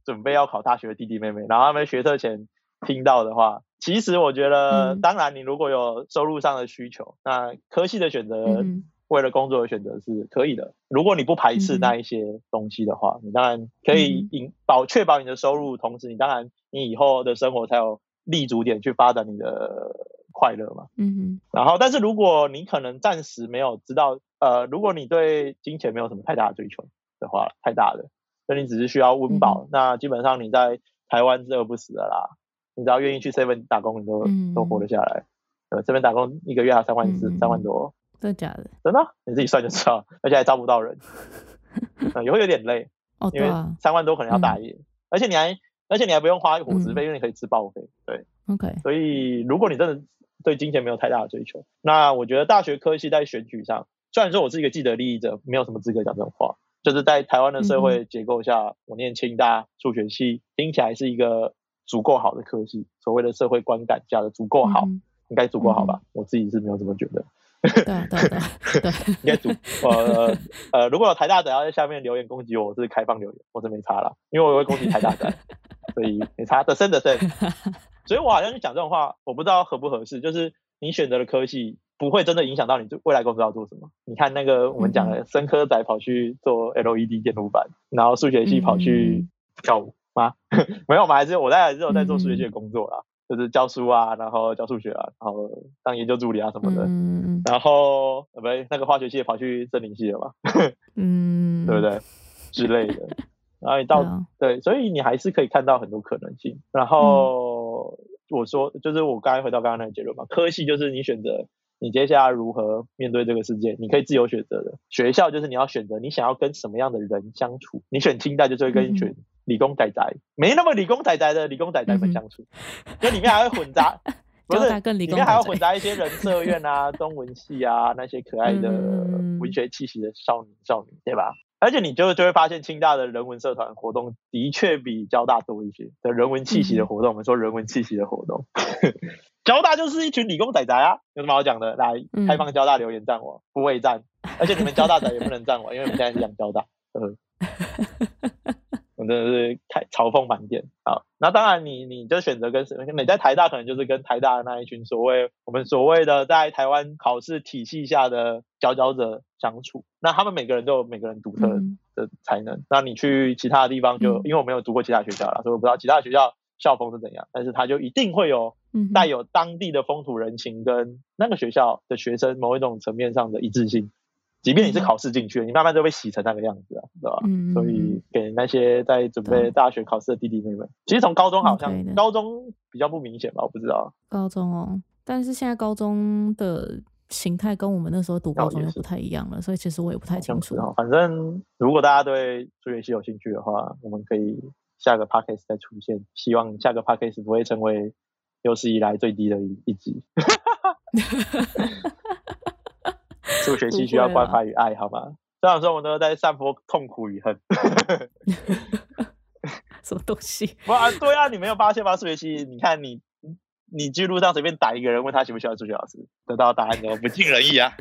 S3: 准备要考大学的弟弟妹妹，然后他们学测前听到的话，其实我觉得，
S2: 嗯
S3: 当然你如果有收入上的需求，那科系的选择
S2: 嗯哼
S3: 为了工作的选择是可以的。如果你不排斥
S2: 嗯哼
S3: 那一些东西的话，你当然可以
S2: 嗯
S3: 引保确保你的收入，同时你当然你以后的生活才有立足点去发展你的快乐嘛。
S2: 嗯
S3: 然后，但是如果你可能暂时没有知道，呃，如果你对金钱没有什么太大的追求的话，太大的，那你只是需要
S2: 嗯
S3: 温饱，那基本上你在台湾是饿不死的啦。你只要愿意去 seven 打工，你都、
S2: 嗯
S3: 都活得下来。呃，这边打工一个月还三万四
S2: 嗯嗯，嗯
S3: 三万多，
S2: 哼，真的假的？
S3: 真的啊，你自己算就知道了，而且还招不到
S2: *laughs*
S3: 人，呃也会有点累，
S2: 哦，
S3: 因
S2: 对
S3: 为
S2: 啊
S3: 三万多可能要打夜，而且你还而且你还不用花伙
S2: 嗯
S3: 食费，因为你可以吃报废，对。
S2: ，OK，
S3: 所以如果你真的对金钱没有太大的追求，那我觉得大学科系在选举上，虽然说我是一个既得利益者，没有什么资格讲这种话，就是在台湾的社
S2: 嗯
S3: 会结构下，我念清大数学系，听起来是一个足够好的科系，所谓的社会观感下的足够好，
S2: 嗯
S3: 应该足够好吧？我自己是没有这么觉得。 *laughs*
S2: 哼，对啊对啊对啊对啊，
S3: 应该
S2: *laughs*
S3: 主呃呃，如果有台大仔要在下面留言攻击我，我是开放留言，我是没差啦，因为我也会攻击台大
S2: *laughs*
S3: 仔，所以没差的真的真。所以我好像就讲这种话，我不知道合不合适，就是你选择的科系不会真的影响到你未来工作要做什么。你看那个我们讲
S2: 嗯
S3: 的生科仔跑去做 E LED 电路板，然后数学系跑去
S2: 嗯
S3: 跳舞吗？ *laughs* 没有，我们还是我在还是有在做数学系
S2: 嗯
S3: 的工作啦。就是教书啊，然后教数学啊，然后当研究助理啊什么的，
S2: 嗯嗯
S3: 然后呃不对，那个化学系也跑去森林系了嘛，
S2: 嗯，
S3: 对不对？之类
S2: *laughs*
S3: 的。然后你
S2: 对
S3: 到
S2: 啊？
S3: 对，所以你还是可以看到很多可能性。然后
S2: 嗯
S3: 我说，就是我刚才回到刚刚那个结论嘛，科系就是你选择你接下来如何面对这个世界，你可以自由选择的。学校就是你要选择你想要跟什么样的人相处，你选清代就是会跟一
S2: 嗯
S3: 群理工仔仔，没那么理工仔仔的理工仔仔
S2: 嗯哼
S3: 们相处，因为里面还会混
S2: *laughs*
S3: 杂。不
S2: 交
S3: 是
S2: 大更
S3: 里
S2: 理工
S3: 面还
S2: 仔
S3: 要
S2: 仔
S3: 混杂一些人社院
S2: *laughs*
S3: 啊、中文系啊那些可爱的
S2: 嗯
S3: 文学气息的少女少女，对吧？而且你就就会发现，清大的人文社团活动的确比交大多一些的人文气
S2: 嗯
S3: 息的活动。我们说人文气息的活动， *laughs* 交大就是一群理工仔仔啊，有什么好讲的？来
S2: 嗯，
S3: 开放交大留言赞我，不会赞，而且你们交大仔也不能赞我，因为我们现在是讲交大，呃，真的是开嘲讽满点啊！那当然你，你就选择跟你在台大可能就是跟台大的那一群所谓我们所谓的在台湾考试体系下的佼佼者相处。那他们每个人都有每个人独特
S2: 嗯
S3: 的才能。那你去其他的地方就，
S2: 嗯
S3: 因为我没有读过其他学校啦，所以我不知道其他学校校风是怎样，但是它就一定会有
S2: 嗯哼，
S3: 带有当地的风土人情跟那个学校的学生某一种层面上的一致性。即便你是
S2: 嗯
S3: 考试进去的，你慢慢就被洗成那个样子啊，对吧？
S2: 嗯，嗯，
S3: 所以给那些在准备
S2: 懂
S3: 大学考试的弟弟妹妹，其实从高中好
S2: OK 的
S3: 像高中比较不明显吧，我不知道。
S2: 高中哦，但是现在高中的形态跟我们那时候读高
S3: 哦
S2: 中
S3: 也
S2: 又
S3: 是
S2: 不太一样了，所以其实我也不太
S3: 好
S2: 清
S3: 像
S2: 楚
S3: 是。哈，哦反正如果大家对数学系有兴趣的话，我们可以下个 podcast 再出现。希望下个 podcast 不会成为有史以来最低的一一
S2: *laughs*
S3: 集。数学系需要
S2: 不会啦
S3: 关怀与爱，好吗？虽然说我们都在散播痛苦与恨，
S2: 什么东西？ *laughs*
S3: 不啊，对啊，你没有发现吗？数学系，你看你，你去路上随便打一个人，问他喜不喜欢数学老师，得到的答案都不尽人意啊。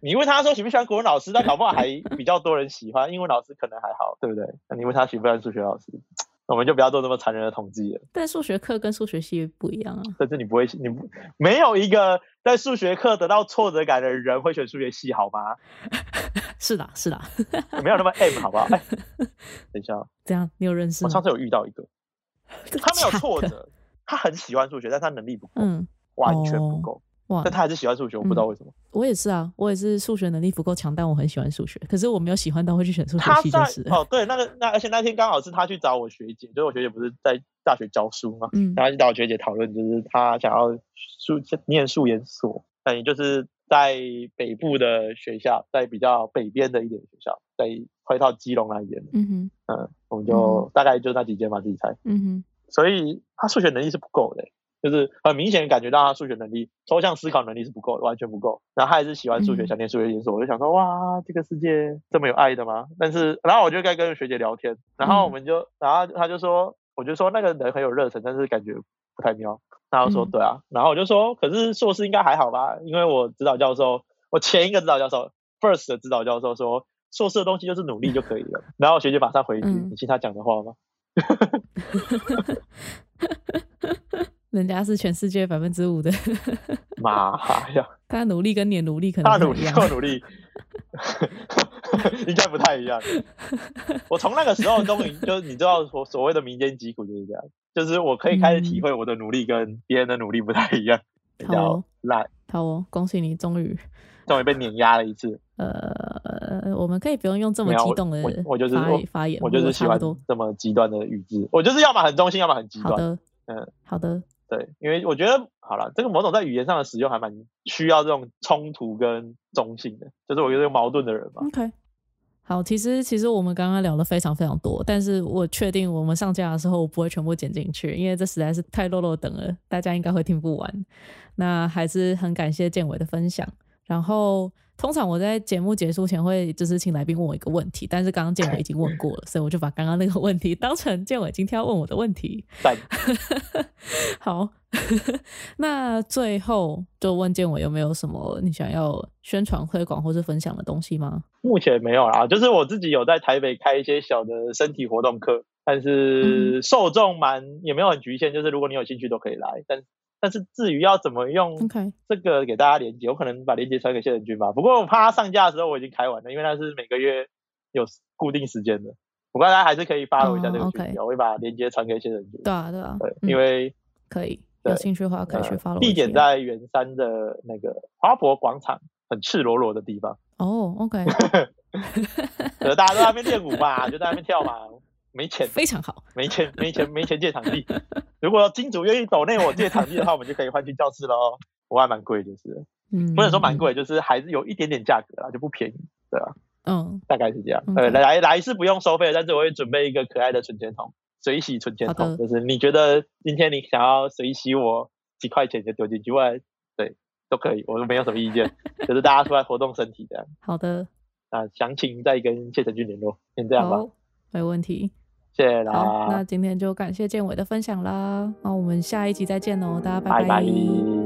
S3: 你问他说喜不喜欢国文老师，那搞不好还比较多人喜欢，英文老师可能还好，对不对？那你问他喜不喜欢数学老师，我们就不要做这么残忍的统计了。
S2: 但数学课跟数学系不一样啊。
S3: 但是你不会，你不没有一个在数学课得到挫折感的人会选数学系，好吗？
S2: 是啦，是啦，
S3: 没有那么 M，好不好？哎，等一下哦，
S2: 这样你有认识
S3: 我
S2: 吗
S3: 上？次有遇到一个，
S2: 真的
S3: 他没有
S2: *laughs* 假
S3: 挫
S2: 的。
S3: 折，他很喜欢数学，但他能力不够，
S2: 嗯，
S3: 完全
S2: 哦
S3: 不够。
S2: 哇
S3: 但，他还是喜欢数学，我不知道为什么。
S2: 我也是啊，我也是数学能力不够强，但我很喜欢数学。可是我没有喜欢到会去选数学
S3: 他
S2: 系，
S3: 在
S2: 就是了。
S3: 哦，对，那个那而且那天刚好是他去找我学姐，就是我学姐不是在大学教书嘛，
S2: 嗯
S3: 然后就找我学姐讨论，就是她想要数念数研所，等于就是在北部的学校，在比较北边的一点学校，在快到基隆那一点的，
S2: 嗯哼，
S3: 嗯，我们就、大概就那几间嘛，自己猜。
S2: 嗯哼，
S3: 所以他数学能力是不够的、就是很明显感觉到他数学能力、抽象思考能力是不够的，完全不够。然后他还是喜欢数学，
S2: 嗯
S3: 想念数学研所，我就想说，哇，这个世界这么有爱的吗？但是，然后我就该跟学姐聊天，然
S2: 嗯
S3: 后我们就，然后他就说，我就说那个人很有热忱，但是感觉不太妙。他就说
S2: 嗯
S3: 对啊，然后我就说，可是硕士应该还好吧？因为我指导教授，我前一个指导教授，first 的指导教授说，硕士的东西就是努力就可以了。然后我学姐马上回一句：“
S2: 嗯
S3: 你信他讲的话吗？” *laughs*
S2: 人家是全世界百分之五的， *laughs*
S3: 妈呀！
S2: 他的努力跟你的努力可能
S3: 大
S2: 不
S3: 努
S2: 太
S3: 力
S2: 一样。
S3: 或努力， *laughs* 应该不太一样。我从那个时候终于就你知道所所谓的民间疾苦就是这样，就是我可以开始体会我的努力跟别人的努力不太一样，比
S2: 嗯好
S3: 较
S2: 哦
S3: 烂，
S2: 好哦，恭喜你终于
S3: 终于被碾压了一次。
S2: 呃，我们可以不用用这么
S3: 没有
S2: 激
S3: 我
S2: 动的
S3: 我我就是
S2: 发
S3: 我
S2: 发言吗，
S3: 我就是喜
S2: 差不
S3: 欢
S2: 多。
S3: 这么极端的语句，我就是要么很中性，要么很极
S2: 好
S3: 端。
S2: 的，
S3: 嗯，
S2: 好的，
S3: 对，因为我觉得好了，这个某种在语言上的使用还蛮需要这种冲突跟中性的，就是我觉得矛盾的人嘛。
S2: OK，好，其实其实我们刚刚聊了非常非常多，但是我确定我们上架的时候我不会全部剪进去，因为这实在是太落落等了，大家应该会听不完。那还是很感谢建伟的分享。然后通常我在节目结束前会就是请来宾问我一个问题，但是刚刚建伟已经问过了，所以我就把刚刚那个问题当成建伟今天要问我的问题。
S3: 但
S2: 好， *laughs* 那最后就问建伟有没有什么你想要宣传推广或是分享的东西吗？
S3: 目前没有啦，就是我自己有在台北开一些小的身体活动课，但
S2: 嗯
S3: 是受众蛮也没有很局限，就是如果你有兴趣都可以来。但但是至于要怎么用
S2: OK，
S3: 这个给大家连接，我可能把连接传给谢仁君吧。不过我怕他上架的时候我已经开完了，因为那是每个月有固定时间的。我刚才还是可以 follow 一下这
S2: 哦
S3: 个
S2: ，OK
S3: 群体，我会把连接传给谢仁君。
S2: 对啊，对啊，
S3: 对，
S2: 嗯
S3: 因为
S2: 可以，
S3: 对
S2: 有兴趣的话可以去
S3: 呃
S2: follow 一下。
S3: 地点在圆山的那个花博广场，很赤裸裸的地方。
S2: 哦，OK，
S3: 呃，大家都在那边练舞嘛，就在那边跳嘛，没钱，
S2: 非常好，
S3: 没钱，没钱，没钱借场地。如果金主愿意走内我借场地的话，我们就可以换去教室喽。国外蛮贵，就是了
S2: 嗯，
S3: 不能说蛮，贵，就是还是有一点点价格啦，就不便宜，
S2: 嗯，
S3: 大概是这样。
S2: OK
S3: 呃，来来是不用收费，但是我会准备一个可爱的存钱筒，水洗存钱
S2: 好
S3: 筒，
S2: 的
S3: 就是你觉得今天你想要水洗我几块钱就丢进去，或者对都可以，我都没有什么意见，就是大家出来活动身体这样。
S2: 好的，
S3: 那详情再跟谢成军联络，先这样吧，
S2: 好，没问题。
S3: 谢谢
S2: 好，
S3: 啦
S2: 那，今天就感谢建伟的分享啦，那我们下一集再见哦，大家
S3: 拜
S2: 拜
S3: 拜